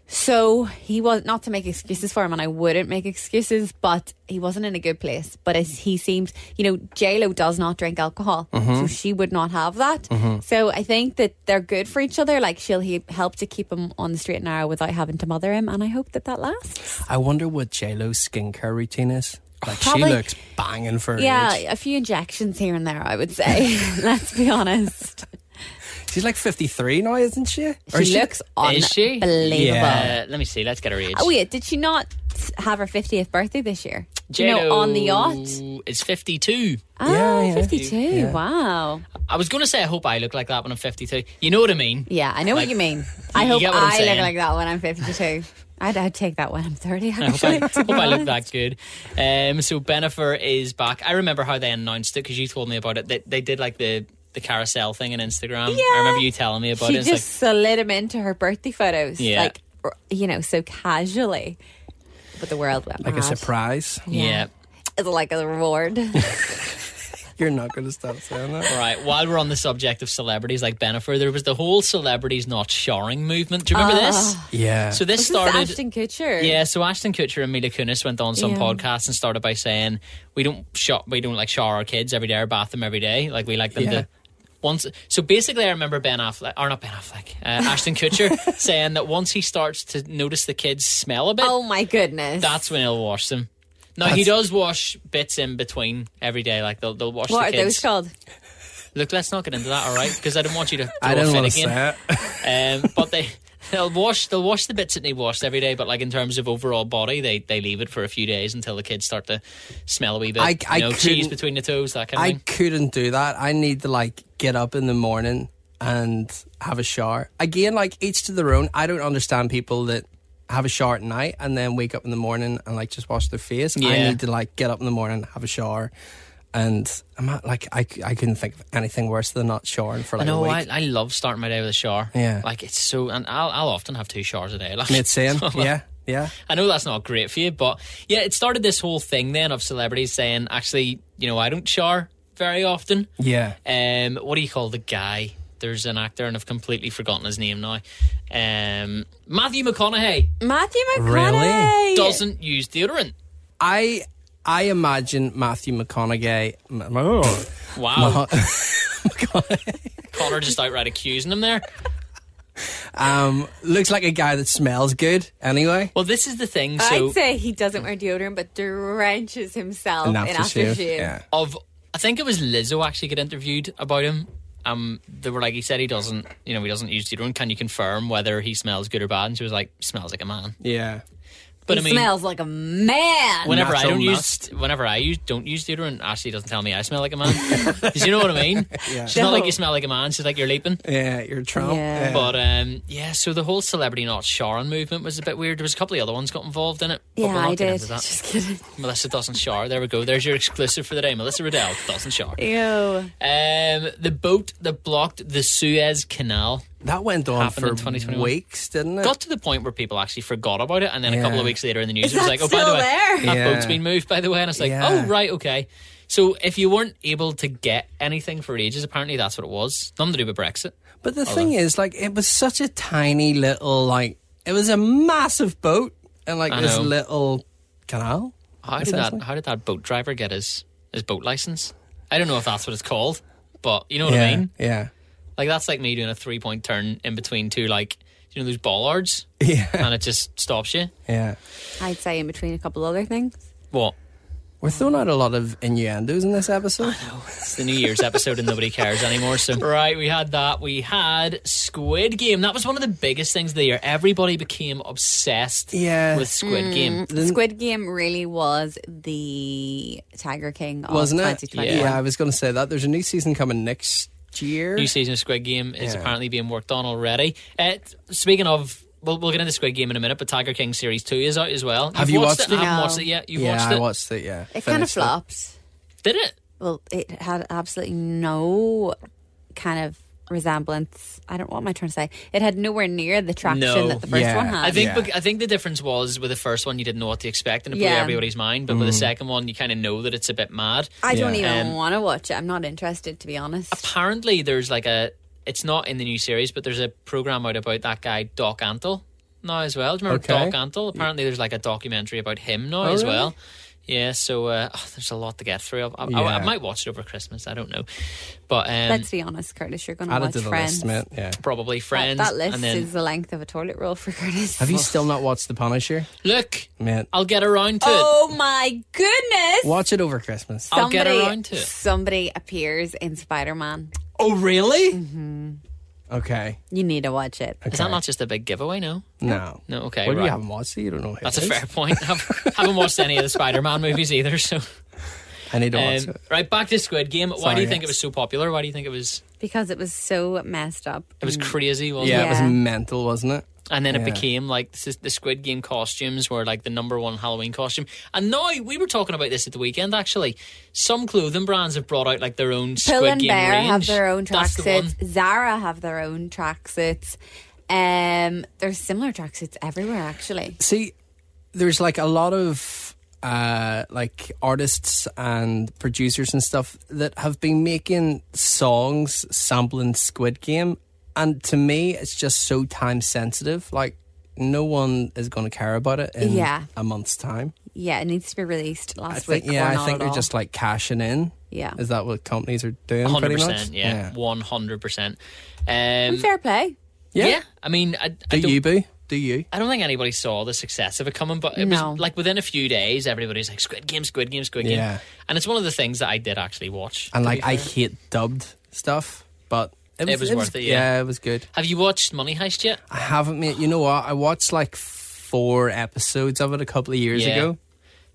Speaker 2: So he was not to make excuses for him, and I wouldn't make excuses, but he wasn't in a good place. But as he seems, you know, J Lo does not drink alcohol, so she would not have that. So I think that they're good for each other. Like she'll he- help to keep him on the straight and narrow without having to mother him, and I hope that that lasts.
Speaker 3: I wonder what J Lo's skincare routine is. Like
Speaker 2: Probably-
Speaker 3: she looks banging for her
Speaker 2: Yeah,
Speaker 3: age.
Speaker 2: a few injections here and there, I would say. Let's be honest.
Speaker 3: She's like 53 now, isn't she? Or
Speaker 2: She,
Speaker 3: is
Speaker 2: looks
Speaker 1: Is she?
Speaker 2: unbelievable.
Speaker 3: Yeah.
Speaker 1: Uh, let me see. Let's get her age.
Speaker 2: Oh wait, did she not have her fiftieth birthday this year? You
Speaker 1: J-Lo
Speaker 2: know, on the yacht.
Speaker 1: is fifty-two.
Speaker 2: Ah,
Speaker 3: yeah.
Speaker 2: 52.
Speaker 3: Yeah.
Speaker 2: Wow.
Speaker 1: I was going to say I hope I look like that when I'm fifty-two. You know what I mean?
Speaker 2: Yeah, I know
Speaker 1: Like,
Speaker 2: what you mean. I
Speaker 1: you
Speaker 2: hope
Speaker 1: get what I'm
Speaker 2: I look
Speaker 1: saying.
Speaker 2: like that when I'm 52. I'd, I'd take that when I'm 30,
Speaker 1: I hope I,
Speaker 2: actually.
Speaker 1: hope I look that good. Um, so Benifer is back. I remember how they announced it because you told me about it. They, they did like the the carousel thing on Instagram. I
Speaker 2: Yeah.
Speaker 1: remember you telling me about
Speaker 2: She
Speaker 1: it. It's
Speaker 2: just slid him into her birthday photos.
Speaker 1: Yeah.
Speaker 2: Like, r- you know, so casually. But the world went
Speaker 3: Like a
Speaker 2: mad.
Speaker 3: surprise.
Speaker 1: like, yeah.
Speaker 2: It's like a reward.
Speaker 3: You're not going to stop saying that.
Speaker 1: All right. While we're on the subject of celebrities like Benifer, there was the whole celebrities not showering movement. Do you remember this?
Speaker 3: Yeah.
Speaker 1: So this
Speaker 2: Ah. This is
Speaker 1: started.
Speaker 2: Ashton Kutcher.
Speaker 1: Yeah, so Ashton Kutcher and Mila Kunis went on some
Speaker 2: Yeah.
Speaker 1: podcast and started by saying we don't shop, we don't like shower our kids every day or bath them every day. Like we like them
Speaker 3: Yeah.
Speaker 1: to once. So basically, I remember Ben Affleck or not Ben Affleck, uh, Ashton Kutcher saying that once he starts to notice the kids smell a bit,
Speaker 2: Oh my goodness.
Speaker 1: that's when he'll wash them. Now he does wash bits in between every day, like they'll, they'll wash
Speaker 2: what
Speaker 1: the
Speaker 2: are those
Speaker 1: kids.
Speaker 2: called?
Speaker 1: Look, let's not get into that, all right? Because I don't want you to.
Speaker 3: I
Speaker 1: throw a
Speaker 3: didn't
Speaker 1: fit
Speaker 3: want to
Speaker 1: again.
Speaker 3: say it.
Speaker 1: Um, but they they'll wash they'll wash the bits that they washed every day. But like in terms of overall body, they they leave it for a few days until the kids start to smell a wee bit.
Speaker 3: I- I
Speaker 1: you know, cheese
Speaker 3: couldn't-
Speaker 1: between the toes, that kind of
Speaker 3: I
Speaker 1: thing.
Speaker 3: couldn't do that. I need to like get up in the morning and have a shower. Again, like each to their own. I don't understand people that have a shower at night and then wake up in the morning and like just wash their face. I
Speaker 1: Yeah.
Speaker 3: need to like get up in the morning, have a shower, and I'm not like I, c- I couldn't think of anything worse than not showering for
Speaker 1: I
Speaker 3: like a
Speaker 1: know.
Speaker 3: week.
Speaker 1: I, I love starting my day with a shower.
Speaker 3: Yeah.
Speaker 1: like it's so, and I'll I'll often have two showers a day. Like
Speaker 3: it's saying, yeah, yeah.
Speaker 1: I know that's not great for you, but yeah, it started this whole thing then of celebrities saying, actually, you know, I don't shower very often.
Speaker 3: Yeah.
Speaker 1: Um, what do you call the guy? There's an actor, and I've completely forgotten his name now. Um, Matthew McConaughey.
Speaker 2: Matthew
Speaker 3: Really?
Speaker 2: McConaughey.
Speaker 1: doesn't use deodorant.
Speaker 3: I I imagine Matthew McConaughey. M- oh.
Speaker 1: Wow. Connor just outright accusing him there.
Speaker 3: um, looks like a guy that smells good anyway.
Speaker 1: Well, this is the thing.
Speaker 2: I'd
Speaker 1: So,
Speaker 2: say he doesn't wear deodorant, but drenches himself
Speaker 3: An
Speaker 2: in
Speaker 3: aftershave.
Speaker 2: aftershave.
Speaker 3: Yeah.
Speaker 1: of I think it was Lizzo actually got interviewed about him. Um, they were like, he said he doesn't, you know, he doesn't use deodorant. Can you confirm whether he smells good or bad? And she was like, smells like a man.
Speaker 3: Yeah.
Speaker 1: But
Speaker 2: He
Speaker 1: I mean,
Speaker 2: smells like a man.
Speaker 1: whenever I
Speaker 3: Natural
Speaker 1: don't
Speaker 3: must.
Speaker 1: use, whenever I use, don't use deodorant, Ashley doesn't tell me I smell like a man. Because you know what I mean? She's not like
Speaker 2: No.
Speaker 1: you smell like a man. She's like you're leaping.
Speaker 3: Yeah, you're Trump.
Speaker 2: Yeah.
Speaker 1: But um, yeah, so the whole celebrity not showering movement was a bit weird. There was a couple of other ones got involved in it. but we'll
Speaker 2: yeah,
Speaker 1: not
Speaker 2: I
Speaker 1: get
Speaker 2: did.
Speaker 1: into that.
Speaker 2: Just kidding.
Speaker 1: Melissa doesn't shower. There we go. There's your exclusive for the day. Melissa Riddell doesn't shower.
Speaker 2: Ew.
Speaker 1: Um, the boat that blocked the Suez Canal
Speaker 3: that went on
Speaker 1: Happened in
Speaker 3: for
Speaker 1: 2021.
Speaker 3: weeks, didn't it?
Speaker 1: got to the point where people actually forgot about it, and then a couple
Speaker 3: Yeah.
Speaker 1: of weeks later in the news,
Speaker 2: Is
Speaker 1: it was
Speaker 2: that
Speaker 1: like, "Oh, by the
Speaker 2: still
Speaker 1: way,
Speaker 2: there?
Speaker 1: that
Speaker 3: Yeah.
Speaker 1: boat's been moved." By the way, and it's like,
Speaker 3: Yeah.
Speaker 1: "Oh, right, okay." So if you weren't able to get anything for ages, apparently that's what it was. Nothing to do with Brexit.
Speaker 3: but the thing is, like, it was such a tiny little, like, it was a massive boat and like
Speaker 1: I
Speaker 3: this
Speaker 1: know.
Speaker 3: little canal.
Speaker 1: How did that?
Speaker 3: Essentially.
Speaker 1: How did that boat driver get his his boat license? I don't know if that's what it's called. but you know what
Speaker 3: yeah,
Speaker 1: I mean?
Speaker 3: yeah,
Speaker 1: Like that's like me doing a three point turn in between two like you know those bollards,
Speaker 3: yeah,
Speaker 1: and it just stops you.
Speaker 3: yeah.
Speaker 2: I'd say in between a couple other things.
Speaker 1: What?
Speaker 3: We're throwing out a lot of innuendos in this episode.
Speaker 1: It's the New Year's episode and nobody cares anymore. So right, we had that. We had Squid Game. That was one of the biggest things of the year. Everybody became obsessed
Speaker 3: Yeah.
Speaker 1: with Squid
Speaker 2: Mm.
Speaker 1: Game.
Speaker 2: Squid Game really was the Tiger King of
Speaker 3: Wasn't it?
Speaker 2: 2021.
Speaker 3: I was going to say that. There's a new season coming next year.
Speaker 1: New season of Squid Game is
Speaker 3: Yeah.
Speaker 1: apparently being worked on already. Uh, speaking of, we'll, we'll get into Squid Game in a minute, but Tiger King series two is out as well.
Speaker 3: Have
Speaker 1: You've
Speaker 3: you
Speaker 1: watched,
Speaker 3: watched
Speaker 1: it?
Speaker 3: it?
Speaker 1: I haven't
Speaker 2: No.
Speaker 1: watched it yet. You
Speaker 3: yeah,
Speaker 1: watched
Speaker 3: I
Speaker 1: it?
Speaker 3: watched it. Yeah,
Speaker 2: It kind of
Speaker 3: Finished
Speaker 2: flopped.
Speaker 1: Did it?
Speaker 2: Well, it had absolutely no kind of resemblance. I don't what am I trying to say? It had nowhere near the traction
Speaker 1: No.
Speaker 2: that the first
Speaker 3: Yeah.
Speaker 2: one had.
Speaker 1: I think
Speaker 3: Yeah.
Speaker 1: bec- I think the difference was with the first one you didn't know what to expect and it blew
Speaker 2: Yeah.
Speaker 1: everybody's mind, but with
Speaker 3: Mm-hmm.
Speaker 1: the second one you kind of know that it's a bit mad.
Speaker 2: I don't
Speaker 3: Yeah.
Speaker 2: even
Speaker 1: Um,
Speaker 2: want to watch it. I'm not interested, to be honest.
Speaker 1: Apparently, there's like a it's not in the new series, but there's a program out about that guy Doc Antle now as well. Do you remember
Speaker 3: Okay.
Speaker 1: Doc Antle? Apparently, there's like a documentary about him now
Speaker 3: Oh,
Speaker 1: as
Speaker 3: really?
Speaker 1: well. Yeah, so uh, oh, there's a lot to get through. I, I- I,
Speaker 3: Yeah.
Speaker 1: might watch it over Christmas. I don't know, but um,
Speaker 2: Let's be honest, Curtis. You're going to
Speaker 3: Added
Speaker 2: watch
Speaker 3: to the
Speaker 2: Friends.
Speaker 3: list, mate. Yeah.
Speaker 1: probably Friends.
Speaker 2: That, that list
Speaker 1: and then
Speaker 2: is the length of a toilet roll for Curtis.
Speaker 3: Have you still not watched The Punisher,
Speaker 1: look,
Speaker 3: mate?
Speaker 1: I'll get around to it.
Speaker 2: Oh my goodness!
Speaker 3: Watch it over Christmas.
Speaker 1: I'll get around to it.
Speaker 2: Somebody appears in Spider Man.
Speaker 3: Oh, really? Okay.
Speaker 2: You need to watch it.
Speaker 1: Is that not just a big giveaway? No,
Speaker 3: No.
Speaker 1: no. Okay,
Speaker 3: Well,
Speaker 1: right.
Speaker 3: you haven't watched it. You don't know. Who
Speaker 1: That's
Speaker 3: it
Speaker 1: a
Speaker 3: is.
Speaker 1: fair point. I haven't watched any of the Spider-Man movies either, so.
Speaker 3: I need to watch
Speaker 1: Um,
Speaker 3: it.
Speaker 1: right back to Squid Game. Why do
Speaker 3: Sorry,
Speaker 1: you think it
Speaker 3: yes.
Speaker 1: was so popular? Why do you think it was
Speaker 2: because it was so messed up.
Speaker 1: it was crazy? Wasn't
Speaker 3: Yeah,
Speaker 1: it?
Speaker 3: it was
Speaker 2: yeah.
Speaker 3: mental, wasn't it?
Speaker 1: And then it
Speaker 3: Yeah.
Speaker 1: became like this is, the Squid Game costumes were like the number one Halloween costume. And now we were talking about this at the weekend. Actually, some clothing brands have brought out like their own
Speaker 2: Pull
Speaker 1: Squid
Speaker 2: and
Speaker 1: Game
Speaker 2: Bear
Speaker 1: range.
Speaker 2: have their own
Speaker 1: That's the one.
Speaker 2: tracksuits. Zara have their own tracksuits. Um, there's similar tracksuits everywhere, actually.
Speaker 3: See, there's like a lot of uh, like artists and producers and stuff that have been making songs sampling Squid Game, and to me, it's just so time sensitive. Like, no one is going to care about it in
Speaker 2: Yeah.
Speaker 3: a month's time.
Speaker 2: Yeah, it needs to be released last
Speaker 3: I think,
Speaker 2: week.
Speaker 3: yeah,
Speaker 2: or
Speaker 3: I
Speaker 2: not
Speaker 3: think
Speaker 2: at
Speaker 3: they're
Speaker 2: all.
Speaker 3: just like cashing in.
Speaker 2: Yeah.
Speaker 3: is that what companies are doing? Pretty
Speaker 1: hundred
Speaker 3: much,
Speaker 1: percent. Yeah, one hundred percent. Um,
Speaker 2: And
Speaker 1: Yeah,
Speaker 2: fair play.
Speaker 1: I mean, I, I
Speaker 3: Do
Speaker 1: don't,
Speaker 3: you, boo? Do you?
Speaker 1: I don't think anybody saw the success of it coming, but it
Speaker 2: No.
Speaker 1: was like within a few days, everybody's like Squid Game, Squid Game, Squid Game,
Speaker 3: Yeah.
Speaker 1: and it's one of the things that I did actually watch.
Speaker 3: And like, I hate dubbed stuff, but it was,
Speaker 1: was worth it, yeah.
Speaker 3: yeah, it was good.
Speaker 1: Have you watched Money Heist yet?
Speaker 3: I haven't made. You know what? I watched like four episodes of it a couple of years
Speaker 1: Yeah.
Speaker 3: ago.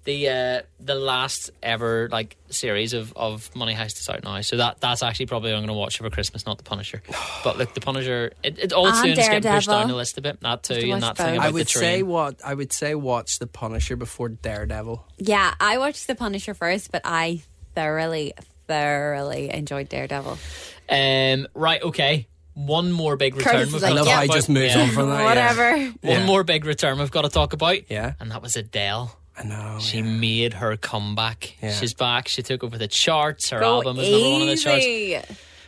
Speaker 1: The uh, the last ever like series of, of Money Heist is out now, so that that's actually probably what I'm going to watch over Christmas, not The Punisher. But look, The Punisher, it, it all
Speaker 2: And
Speaker 1: soon is getting pushed
Speaker 2: Daredevil.
Speaker 1: down the list a bit. That too,
Speaker 2: to
Speaker 1: and that
Speaker 2: watch
Speaker 1: thing
Speaker 2: both.
Speaker 1: about
Speaker 3: I
Speaker 1: the
Speaker 3: would
Speaker 1: train.
Speaker 3: say what I would say watch The Punisher before Daredevil.
Speaker 2: Yeah, I watched The Punisher first, but I thoroughly, thoroughly enjoyed Daredevil.
Speaker 1: um, right, okay, one more big return.
Speaker 2: Curtis
Speaker 1: we've
Speaker 2: is
Speaker 1: got
Speaker 2: like,
Speaker 3: I
Speaker 1: to
Speaker 3: love
Speaker 1: talk
Speaker 3: how he
Speaker 1: about.
Speaker 3: just moves
Speaker 1: Yeah.
Speaker 3: on from that. yeah.
Speaker 2: Whatever.
Speaker 1: One
Speaker 3: Yeah.
Speaker 1: more big return we've got to talk about.
Speaker 3: Yeah.
Speaker 1: and that was Adele.
Speaker 3: I know.
Speaker 1: She made her comeback.
Speaker 3: Yeah.
Speaker 1: She's back. She took over the charts. Her
Speaker 2: Go
Speaker 1: album was number one on the charts.
Speaker 2: easy.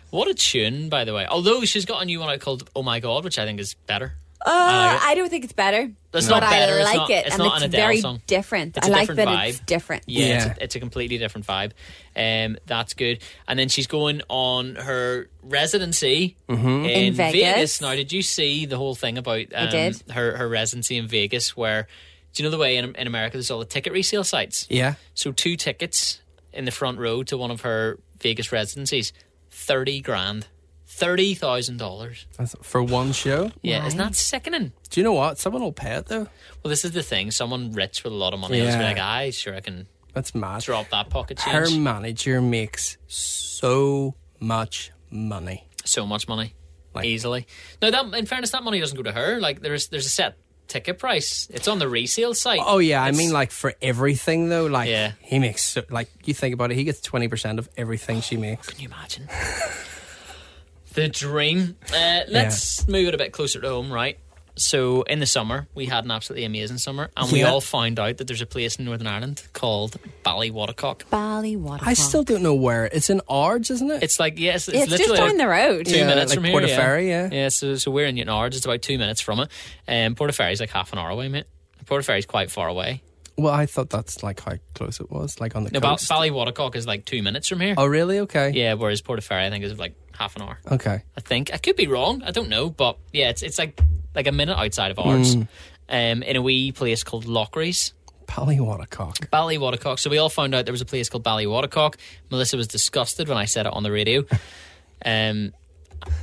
Speaker 1: What a tune, by the way. Although she's got a new one out called "Oh My God," which I think is better.
Speaker 2: Uh,
Speaker 1: like it.
Speaker 2: I don't think it's better.
Speaker 1: It's
Speaker 2: but
Speaker 1: not better,
Speaker 2: I
Speaker 1: it's
Speaker 2: like
Speaker 1: not-
Speaker 2: it,
Speaker 1: it's
Speaker 2: and
Speaker 1: not
Speaker 2: it's
Speaker 1: an Adele
Speaker 2: very
Speaker 1: song.
Speaker 2: different.
Speaker 1: It's
Speaker 2: I
Speaker 1: a
Speaker 2: like
Speaker 1: different
Speaker 2: that it's
Speaker 1: vibe.
Speaker 2: different.
Speaker 1: Yeah,
Speaker 3: Yeah.
Speaker 1: It's, a, it's a completely different vibe. Um, that's good. And then she's going on her residency
Speaker 3: Mm-hmm.
Speaker 1: in,
Speaker 2: In Vegas.
Speaker 1: Now, did you see the whole thing about um,
Speaker 2: did.
Speaker 1: her her residency in Vegas? Where do you know the way in, in America there's all the ticket resale sites?
Speaker 3: Yeah.
Speaker 1: So two tickets in the front row to one of her Vegas residencies, thirty grand, thirty thousand dollars.
Speaker 3: That's for one show.
Speaker 1: Yeah, isn't that sickening?
Speaker 3: Do you know what? Someone will pay it though.
Speaker 1: Well, this is the thing. Someone rich with a lot of money is
Speaker 3: Yeah.
Speaker 1: like, I sure I can
Speaker 3: That's mad.
Speaker 1: drop that pocket
Speaker 3: Her
Speaker 1: change.
Speaker 3: manager makes so much money.
Speaker 1: so much money
Speaker 3: Like-
Speaker 1: easily. No, that in fairness, that money doesn't go to her. Like there's there's a set ticket price. It's on the resale site.
Speaker 3: Oh yeah, I
Speaker 1: It's-
Speaker 3: mean like for everything though. Like
Speaker 1: Yeah.
Speaker 3: he makes so, like you think about it, he gets twenty percent of everything she makes.
Speaker 1: Can you imagine? the dream. Uh, let's move it a bit closer to home, right? So, in the summer, we had an absolutely amazing summer, and we
Speaker 3: Yeah.
Speaker 1: all found out that there's a place in Northern Ireland called Ballywatercock.
Speaker 2: Bally Waterfall.
Speaker 3: I still don't know where it's in Ards, isn't it?
Speaker 1: It's like, yes, it's,
Speaker 2: It's just
Speaker 1: literally
Speaker 2: down the road.
Speaker 1: two
Speaker 3: Yeah,
Speaker 1: minutes
Speaker 3: like
Speaker 1: from here.
Speaker 3: Portaferry, yeah.
Speaker 1: Yeah, so, so we're in Newton Ards, it's about two minutes from it. Um, Portaferry's like half an hour away, mate. Portaferry's quite far away.
Speaker 3: Well, I thought that's like how close it was, like on the
Speaker 1: No, ba-
Speaker 3: coast.
Speaker 1: Ballywatercock is like two minutes from here.
Speaker 3: oh, really? Okay.
Speaker 1: Yeah, whereas Portaferry I think is like half an hour.
Speaker 3: Okay.
Speaker 1: I think I could be wrong. I don't know, but yeah, it's it's like like a minute outside of ours,
Speaker 2: Hmm.
Speaker 1: um, in a wee place called Lockeries.
Speaker 3: Ballywatercock.
Speaker 1: Ballywatercock. So we all found out there was a place called Ballywatercock. Melissa was disgusted when I said it on the radio. Um,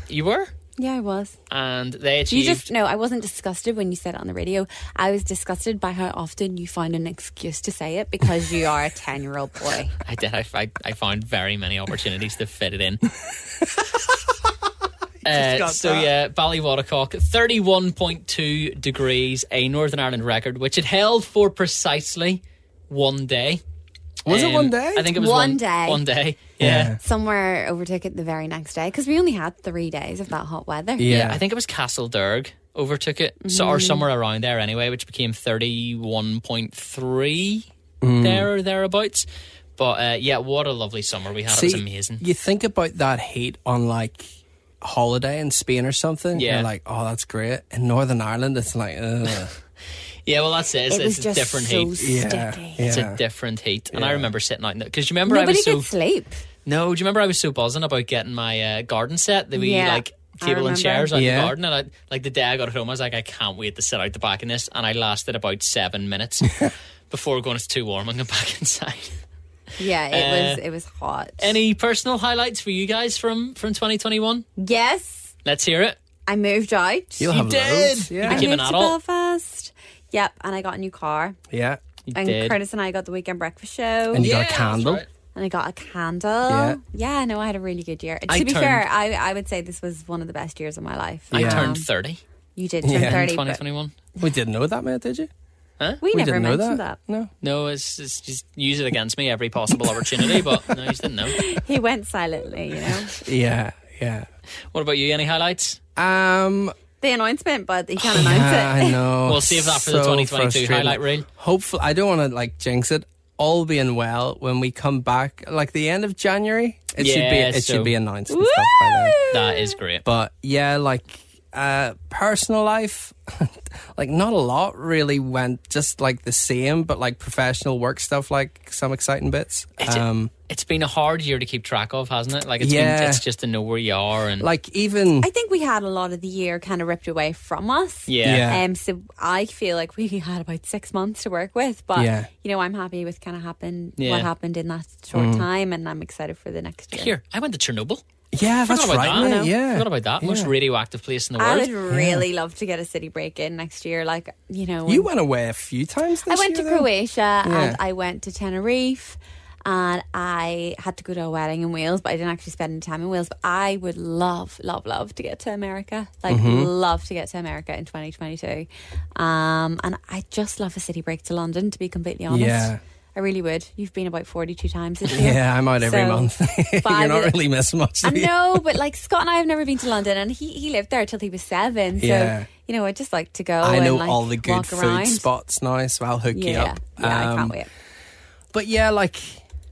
Speaker 1: you were,
Speaker 2: Yeah, I was.
Speaker 1: and they
Speaker 2: You
Speaker 1: achieved.
Speaker 2: just no, I wasn't disgusted when you said it on the radio. I was disgusted by how often you found an excuse to say it because you are a ten-year-old boy.
Speaker 1: I did. I, I, I found very many opportunities to fit it in. Uh,
Speaker 3: got
Speaker 1: so
Speaker 3: that.
Speaker 1: yeah, Ballywatercock, thirty-one point two degrees, a Northern Ireland record, which it held for precisely one day.
Speaker 3: Was it
Speaker 1: Um,
Speaker 3: one day?
Speaker 1: I think it was
Speaker 2: One day.
Speaker 1: One day. Yeah.
Speaker 2: Somewhere overtook it the very next day because we only had three days of that hot weather.
Speaker 1: yeah,
Speaker 3: Yeah.
Speaker 1: I think it was Castledurg overtook it, so
Speaker 2: Mm-hmm.
Speaker 1: or somewhere around there anyway, which became thirty-one point three
Speaker 3: Mm.
Speaker 1: there or thereabouts. But uh, yeah, what a lovely summer we had! it was amazing.
Speaker 3: You think about that heat on like holiday in Spain or something.
Speaker 1: Yeah.
Speaker 3: You're like, oh, that's great. In Northern Ireland, it's like, ugh.
Speaker 1: Yeah, well, that's it. It's,
Speaker 2: It was
Speaker 1: it's a
Speaker 2: just
Speaker 1: different
Speaker 2: so
Speaker 1: heat.
Speaker 3: yeah,
Speaker 2: sticky.
Speaker 3: yeah.
Speaker 1: It's a different heat. And I remember sitting out in because you remember I
Speaker 2: Nobody
Speaker 1: was so
Speaker 2: could sleep.
Speaker 1: no. Do you remember I was so buzzing about getting my uh, garden set, the wee
Speaker 2: Yeah,
Speaker 1: like
Speaker 2: I
Speaker 1: table and
Speaker 2: remember.
Speaker 1: chairs out
Speaker 3: Yeah.
Speaker 1: the garden, and I, like the day I got home, I was like, I can't wait to sit out the back in this, and I lasted about seven minutes before going. It's too warm. I'm going back inside.
Speaker 2: Yeah,
Speaker 1: Uh,
Speaker 2: it was it was hot.
Speaker 1: Any personal highlights for you guys from from 2021?
Speaker 2: yes,
Speaker 1: Let's hear it.
Speaker 2: I moved out.
Speaker 1: You
Speaker 3: You'll have
Speaker 1: did.
Speaker 3: loads.
Speaker 1: You
Speaker 3: Yeah.
Speaker 2: I
Speaker 1: became
Speaker 2: moved
Speaker 1: an
Speaker 2: to
Speaker 1: adult.
Speaker 2: Belfast. Yep, and I got a new car.
Speaker 3: yeah.
Speaker 1: You
Speaker 2: And
Speaker 1: did.
Speaker 2: Curtis and I got the weekend breakfast show.
Speaker 3: And you
Speaker 1: Yeah,
Speaker 3: got a
Speaker 1: that's
Speaker 3: candle.
Speaker 1: right.
Speaker 2: and I got a candle.
Speaker 3: Yeah.
Speaker 2: yeah, no, I had a really good year. To
Speaker 1: I
Speaker 2: be
Speaker 1: turned-
Speaker 2: fair, I, I would say this was one of the best years of my life. Um,
Speaker 1: I
Speaker 3: Yeah.
Speaker 1: turned 30
Speaker 2: You did turn
Speaker 3: Yeah.
Speaker 2: 30.
Speaker 1: in
Speaker 2: but
Speaker 1: 2021.
Speaker 3: We didn't know that, man, did you?
Speaker 2: we,
Speaker 3: We
Speaker 2: never
Speaker 3: didn't know
Speaker 2: mentioned
Speaker 3: that.
Speaker 2: that.
Speaker 3: No.
Speaker 1: No, it's, it's just use it against me every possible opportunity, but no, you just didn't know.
Speaker 2: He went silently, you know.
Speaker 3: Yeah. Yeah.
Speaker 1: What about you? Any highlights?
Speaker 3: Um,
Speaker 2: the announcement, but he can't announce
Speaker 3: yeah, I
Speaker 2: it.
Speaker 3: know.
Speaker 1: We'll save that for the 2022
Speaker 3: frustrating.
Speaker 1: highlight reel.
Speaker 3: Hopefully, I don't want to like jinx it. All being well, when we come back, like the end of January, it should be
Speaker 1: Yeah,
Speaker 3: it
Speaker 1: so-
Speaker 3: should be announced and stuff by then.
Speaker 1: That is great.
Speaker 3: But yeah, like uh personal life, like not a lot really went just like the same, but like professional work stuff, like some exciting bits.
Speaker 1: It's-
Speaker 3: Um,
Speaker 1: it's been a hard year to keep track of, hasn't it? Like it's been
Speaker 3: Yeah.
Speaker 1: it's just to know where you are and
Speaker 3: like even
Speaker 2: I think we had a lot of the year kind of ripped away from us.
Speaker 1: yeah.
Speaker 3: Yeah.
Speaker 2: Um, so I feel like we had about six months to work with, but
Speaker 3: Yeah.
Speaker 2: you know I'm happy with kind of happened
Speaker 1: Yeah.
Speaker 2: what happened in that short
Speaker 3: Mm.
Speaker 2: time, and I'm excited for the next year.
Speaker 1: Here, I went to Chernobyl.
Speaker 3: yeah,
Speaker 1: Forgot
Speaker 3: that's
Speaker 1: about
Speaker 3: right,
Speaker 1: that.
Speaker 3: mate, yeah.
Speaker 1: Forgot about that. Most
Speaker 3: Yeah.
Speaker 1: radioactive place in the
Speaker 2: I
Speaker 1: world.
Speaker 2: would really love to get a city break in next year. Like you know,
Speaker 3: You
Speaker 2: when-
Speaker 3: went away a few times.
Speaker 2: I
Speaker 3: This
Speaker 2: went to
Speaker 3: year, though.
Speaker 2: Croatia
Speaker 3: Yeah.
Speaker 2: and I went to Tenerife. And I had to go to a wedding in Wales, but I didn't actually spend any time in Wales. But I would love, love, love to get to America. Like,
Speaker 3: Mm-hmm.
Speaker 2: love to get to America in 2022. Um, and I just love a city break to London, to be completely honest.
Speaker 3: Yeah.
Speaker 2: I really would. You've been about 42 times this year.
Speaker 3: Yeah, I'm out every
Speaker 2: So,
Speaker 3: month.
Speaker 2: but I
Speaker 3: You're not
Speaker 2: would-
Speaker 3: really missing much.
Speaker 2: I
Speaker 3: do you?
Speaker 2: know, but like Scott and I have never been to London, and he, he lived there till he was seven. So
Speaker 3: Yeah.
Speaker 2: you know, I just like to go.
Speaker 3: I
Speaker 2: and,
Speaker 3: know
Speaker 2: like,
Speaker 3: all the good
Speaker 2: walk
Speaker 3: food
Speaker 2: around.
Speaker 3: spots now, so I'll hook you
Speaker 2: Yeah,
Speaker 3: up.
Speaker 2: yeah, I
Speaker 3: Um,
Speaker 2: can't wait.
Speaker 3: But yeah, like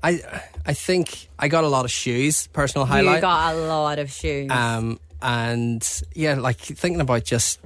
Speaker 3: I, I think I got a lot of shoes. Personal highlight.
Speaker 2: You got a lot of shoes.
Speaker 3: Um, and yeah, like thinking about just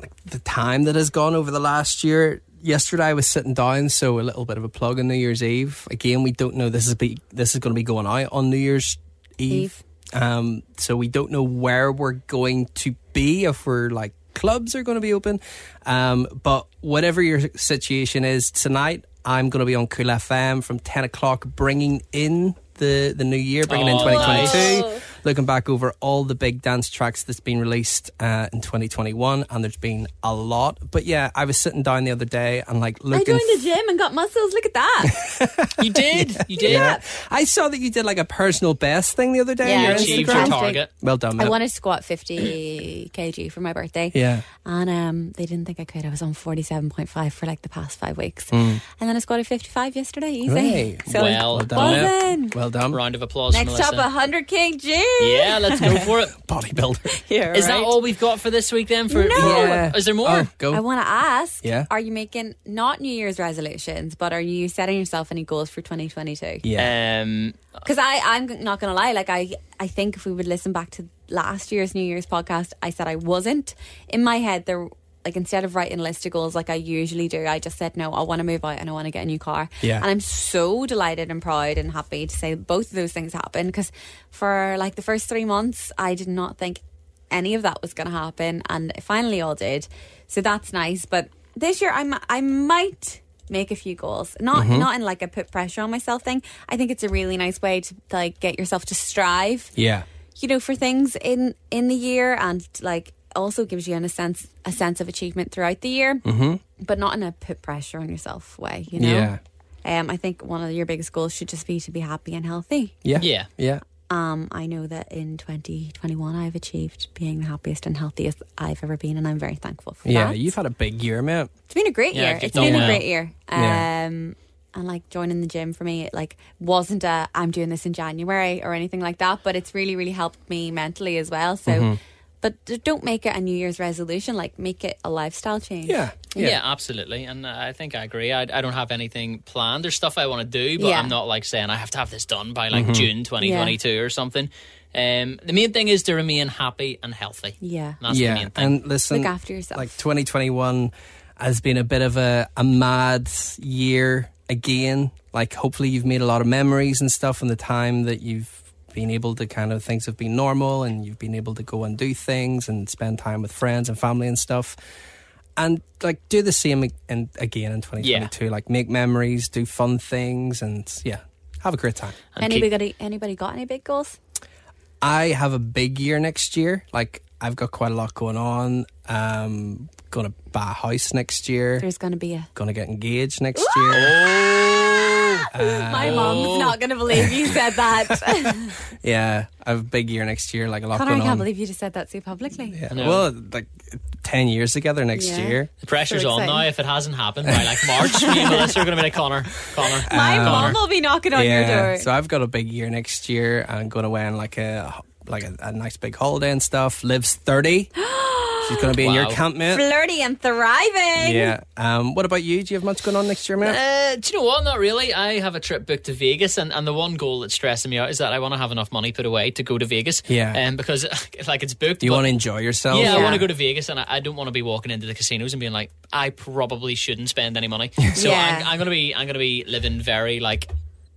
Speaker 3: like the time that has gone over the last year. Yesterday I was sitting down, so a little bit of a plug on New Year's Eve. Again, we don't know this is be this is going to be going out on New Year's Eve. Um, so we don't know where we're going to be if we're like clubs are going to be open. Um, but whatever your situation is tonight, I'm going to be on Cool FM from ten o'clock, bringing in the the new year, bringing in
Speaker 1: Oh,
Speaker 3: 2022
Speaker 2: nice.
Speaker 3: looking back over all the big dance tracks that's been released uh, in 2021 and there's been a lot but yeah i was sitting down the other day and like
Speaker 2: I
Speaker 3: looking
Speaker 2: joined the gym and got muscles. Look at that.
Speaker 1: You did. You did.
Speaker 3: i saw that you did like a personal best thing the other day
Speaker 2: Yeah,
Speaker 3: on
Speaker 1: You
Speaker 3: your
Speaker 1: achieved your
Speaker 3: Instagram.
Speaker 2: Fantastic.
Speaker 1: target.
Speaker 3: well done
Speaker 2: I
Speaker 3: mate.
Speaker 2: want to squat 50 kg for my birthday.
Speaker 3: yeah
Speaker 2: And um, they didn't think I could. I was on 47.5 for like the past five weeks. And then I squatted 55 yesterday. Easy.
Speaker 3: Hey,
Speaker 1: Hmm. well
Speaker 3: well done
Speaker 2: well
Speaker 3: mate.
Speaker 2: done.
Speaker 3: well done
Speaker 1: Round of applause,
Speaker 2: Next
Speaker 1: Melissa.
Speaker 2: up, 100 kg gym.
Speaker 1: yeah, let's go for it.
Speaker 3: bodybuilder
Speaker 2: Here,
Speaker 1: Is that all we've got for this week then? For
Speaker 3: Yeah.
Speaker 1: is there more? Uh,
Speaker 3: oh, go
Speaker 2: I want to ask
Speaker 3: Yeah.
Speaker 2: Are you making not New Year's resolutions, but are you setting yourself any goals for 2022?
Speaker 3: yeah
Speaker 1: Um,
Speaker 2: Because I, I'm not going to lie. Like I, I think if we would listen back to last year's New Year's podcast, I said I wasn't. In my head, there like instead of writing listicles like I usually do, I just said no, I want to move out and I want to get a new car.
Speaker 3: Yeah.
Speaker 2: And I'm so delighted and proud and happy to say both of those things happened because for like the first three months, I did not think any of that was going to happen, and it finally all did. So that's nice. But this year, I'm I might make a few goals. Not not in like a put pressure on myself thing. I think it's a really nice way to like get yourself to strive
Speaker 3: Yeah.
Speaker 2: you know for things in in the year and like also gives you an, a sense a sense of achievement throughout the year mm-hmm. but not in a put pressure on yourself way you know
Speaker 3: Yeah.
Speaker 2: um, I think one of your biggest goals should just be to be happy and healthy.
Speaker 3: Yeah.
Speaker 1: Yeah.
Speaker 3: Yeah.
Speaker 2: Um, I know that in 2021, I've achieved being the happiest and healthiest I've ever been, and I'm very thankful for
Speaker 3: Yeah.
Speaker 2: that.
Speaker 3: You've had a big year, mate.
Speaker 2: It's been a great
Speaker 1: Yeah,
Speaker 2: year.
Speaker 1: you've
Speaker 2: It's
Speaker 1: done
Speaker 2: been a
Speaker 1: well.
Speaker 2: great year. Um,
Speaker 3: Yeah.
Speaker 2: and like joining the gym for me, it like wasn't a I'm doing this in January or anything like that, but it's really really helped me mentally as well. So,
Speaker 3: Mm-hmm.
Speaker 2: but d- don't make it a New Year's resolution. Like make it a lifestyle change.
Speaker 3: Yeah.
Speaker 1: Yeah. absolutely. And uh, I think I agree. I, I don't have anything planned. There's stuff I want to do, but
Speaker 2: Yeah.
Speaker 1: I'm not like saying I have to have this done by like
Speaker 3: Mm-hmm.
Speaker 1: June 2022 or something. Um, the main thing is to remain happy and healthy.
Speaker 2: Yeah.
Speaker 1: That's
Speaker 3: yeah.
Speaker 1: the main thing.
Speaker 3: And listen,
Speaker 2: Look after yourself.
Speaker 3: Like 2021 has been a bit of a, a mad year again. Like, hopefully, you've made a lot of memories and stuff in the time that you've been able to kind of things have been normal and you've been able to go and do things and spend time with friends and family and stuff. And like, do the same ag- and again in 2022. Like, make memories, do fun things, and yeah, have a great time.
Speaker 1: And keep-
Speaker 2: anybody anybody got any big goals?
Speaker 3: I have a big year next year. Like I've got quite a lot going on. Um, gonna buy a house next year.
Speaker 2: There's going to be a.
Speaker 3: Gonna get engaged next year. Uh,
Speaker 2: My
Speaker 3: oh.
Speaker 2: mom's not going to believe you said that.
Speaker 3: Yeah, I have a big year next year. Like a lot
Speaker 2: Connor, I
Speaker 3: going
Speaker 2: can't
Speaker 3: on.
Speaker 2: believe you just said that so publicly.
Speaker 3: yeah.
Speaker 1: know.
Speaker 3: Well, like ten years together next
Speaker 2: Yeah.
Speaker 3: year.
Speaker 1: The pressure's
Speaker 2: So
Speaker 1: on now.
Speaker 2: exciting.
Speaker 1: If it hasn't happened by like March, me and Melissa are going to be like Connor, Connor.
Speaker 2: My
Speaker 1: Connor.
Speaker 2: mom will be knocking on your
Speaker 3: Uh, yeah.
Speaker 2: door.
Speaker 3: So I've got a big year next year. I'm going away on like a like a, a nice big holiday and stuff. Lives thirty. She's gonna be in your
Speaker 1: Wow.
Speaker 3: camp, mate.
Speaker 2: Flirty and thriving.
Speaker 3: Yeah. Um. What about you? Do you have much going on next year, mate?
Speaker 1: Uh, do you know what? Not really. I have a trip booked to Vegas, and, and the one goal that's stressing me out is that I want to have enough money put away to go to Vegas.
Speaker 3: Yeah.
Speaker 1: Um, because like it's booked.
Speaker 3: you
Speaker 1: but-
Speaker 3: want to enjoy yourself?
Speaker 1: Yeah, I
Speaker 2: Yeah.
Speaker 1: want to go to Vegas, and I, I don't want to be walking into the casinos and being like, I probably shouldn't spend any money. So
Speaker 2: Yeah.
Speaker 1: I'm, I'm gonna be, I'm gonna be living very like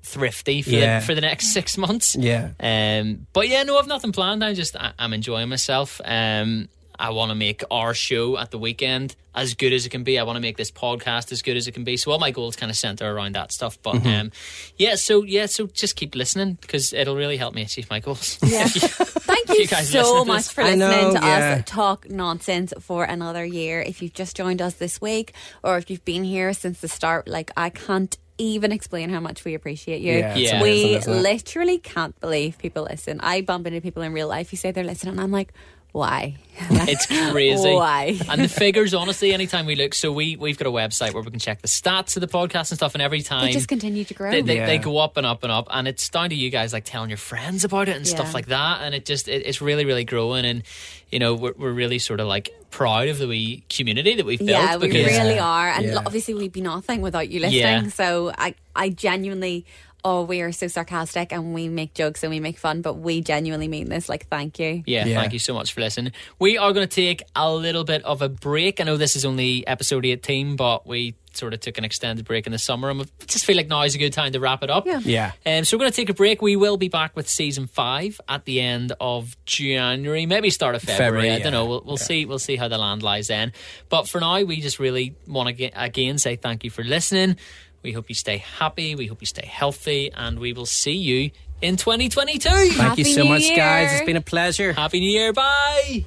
Speaker 1: thrifty for
Speaker 3: Yeah.
Speaker 1: the, for the next six months.
Speaker 3: Yeah.
Speaker 1: Um, but yeah, no, I've nothing planned. I'm just, I, I'm enjoying myself. Um, I want to make our show at the weekend as good as it can be. I want to make this podcast as good as it can be. So all my goals kind of center around that stuff. But
Speaker 3: Mm-hmm.
Speaker 1: um, yeah, so yeah, so just keep listening because it'll really help me achieve my goals.
Speaker 2: Yeah. Thank you,
Speaker 1: You guys listen
Speaker 2: so
Speaker 1: to
Speaker 2: much
Speaker 1: this.
Speaker 2: for
Speaker 3: I
Speaker 2: listening
Speaker 3: know,
Speaker 2: to
Speaker 3: yeah.
Speaker 2: us talk nonsense for another year. If you've just joined us this week or if you've been here since the start, like I can't even explain how much we appreciate you.
Speaker 3: Yeah,
Speaker 1: it's Yeah.
Speaker 3: amazing,
Speaker 2: We
Speaker 3: isn't it?
Speaker 2: literally can't believe people listen. I bump into people in real life who say they're listening and I'm like, why?
Speaker 1: It's crazy.
Speaker 2: Why?
Speaker 1: And the figures, honestly, anytime we look, so we we've got a website where we can check the stats of the podcast and stuff, and every time
Speaker 2: They just continue to grow.
Speaker 1: they, they,
Speaker 3: Yeah.
Speaker 1: they go up and up and up, and it's down to you guys like telling your friends about it and stuff
Speaker 2: Yeah.
Speaker 1: like that, and it just it, it's really really growing, and you know we're we're really sort of like proud of the wee community that we've built.
Speaker 2: Yeah, we
Speaker 1: because
Speaker 2: really
Speaker 3: Yeah.
Speaker 2: are. And
Speaker 3: Yeah.
Speaker 2: lo- obviously, we'd be nothing without you listening.
Speaker 1: Yeah.
Speaker 2: So I, I genuinely, oh, we are so sarcastic and we make jokes and we make fun, but we genuinely mean this. Like, thank you.
Speaker 1: Yeah,
Speaker 3: Yeah.
Speaker 1: thank you so much for listening. We are going to take a little bit of a break. I know this is only episode 18, but we sort of took an extended break in the summer and we just feel like now is a good time to wrap it up.
Speaker 2: Yeah.
Speaker 3: Yeah.
Speaker 1: Um, so we're going to take a break. We will be back with season five at the end of January, maybe start of February.
Speaker 3: February,
Speaker 1: I don't
Speaker 3: yeah.
Speaker 1: know. We'll, we'll see. We'll see how the land lies then. But for now, we just really want to ge- again say thank you for listening. We hope you stay happy. We hope you stay healthy, and we will see you in 2022.
Speaker 3: Thank you
Speaker 2: Happy
Speaker 3: so
Speaker 2: New
Speaker 3: much, guys.
Speaker 2: Year.
Speaker 3: It's been a pleasure.
Speaker 1: Happy New Year. Bye.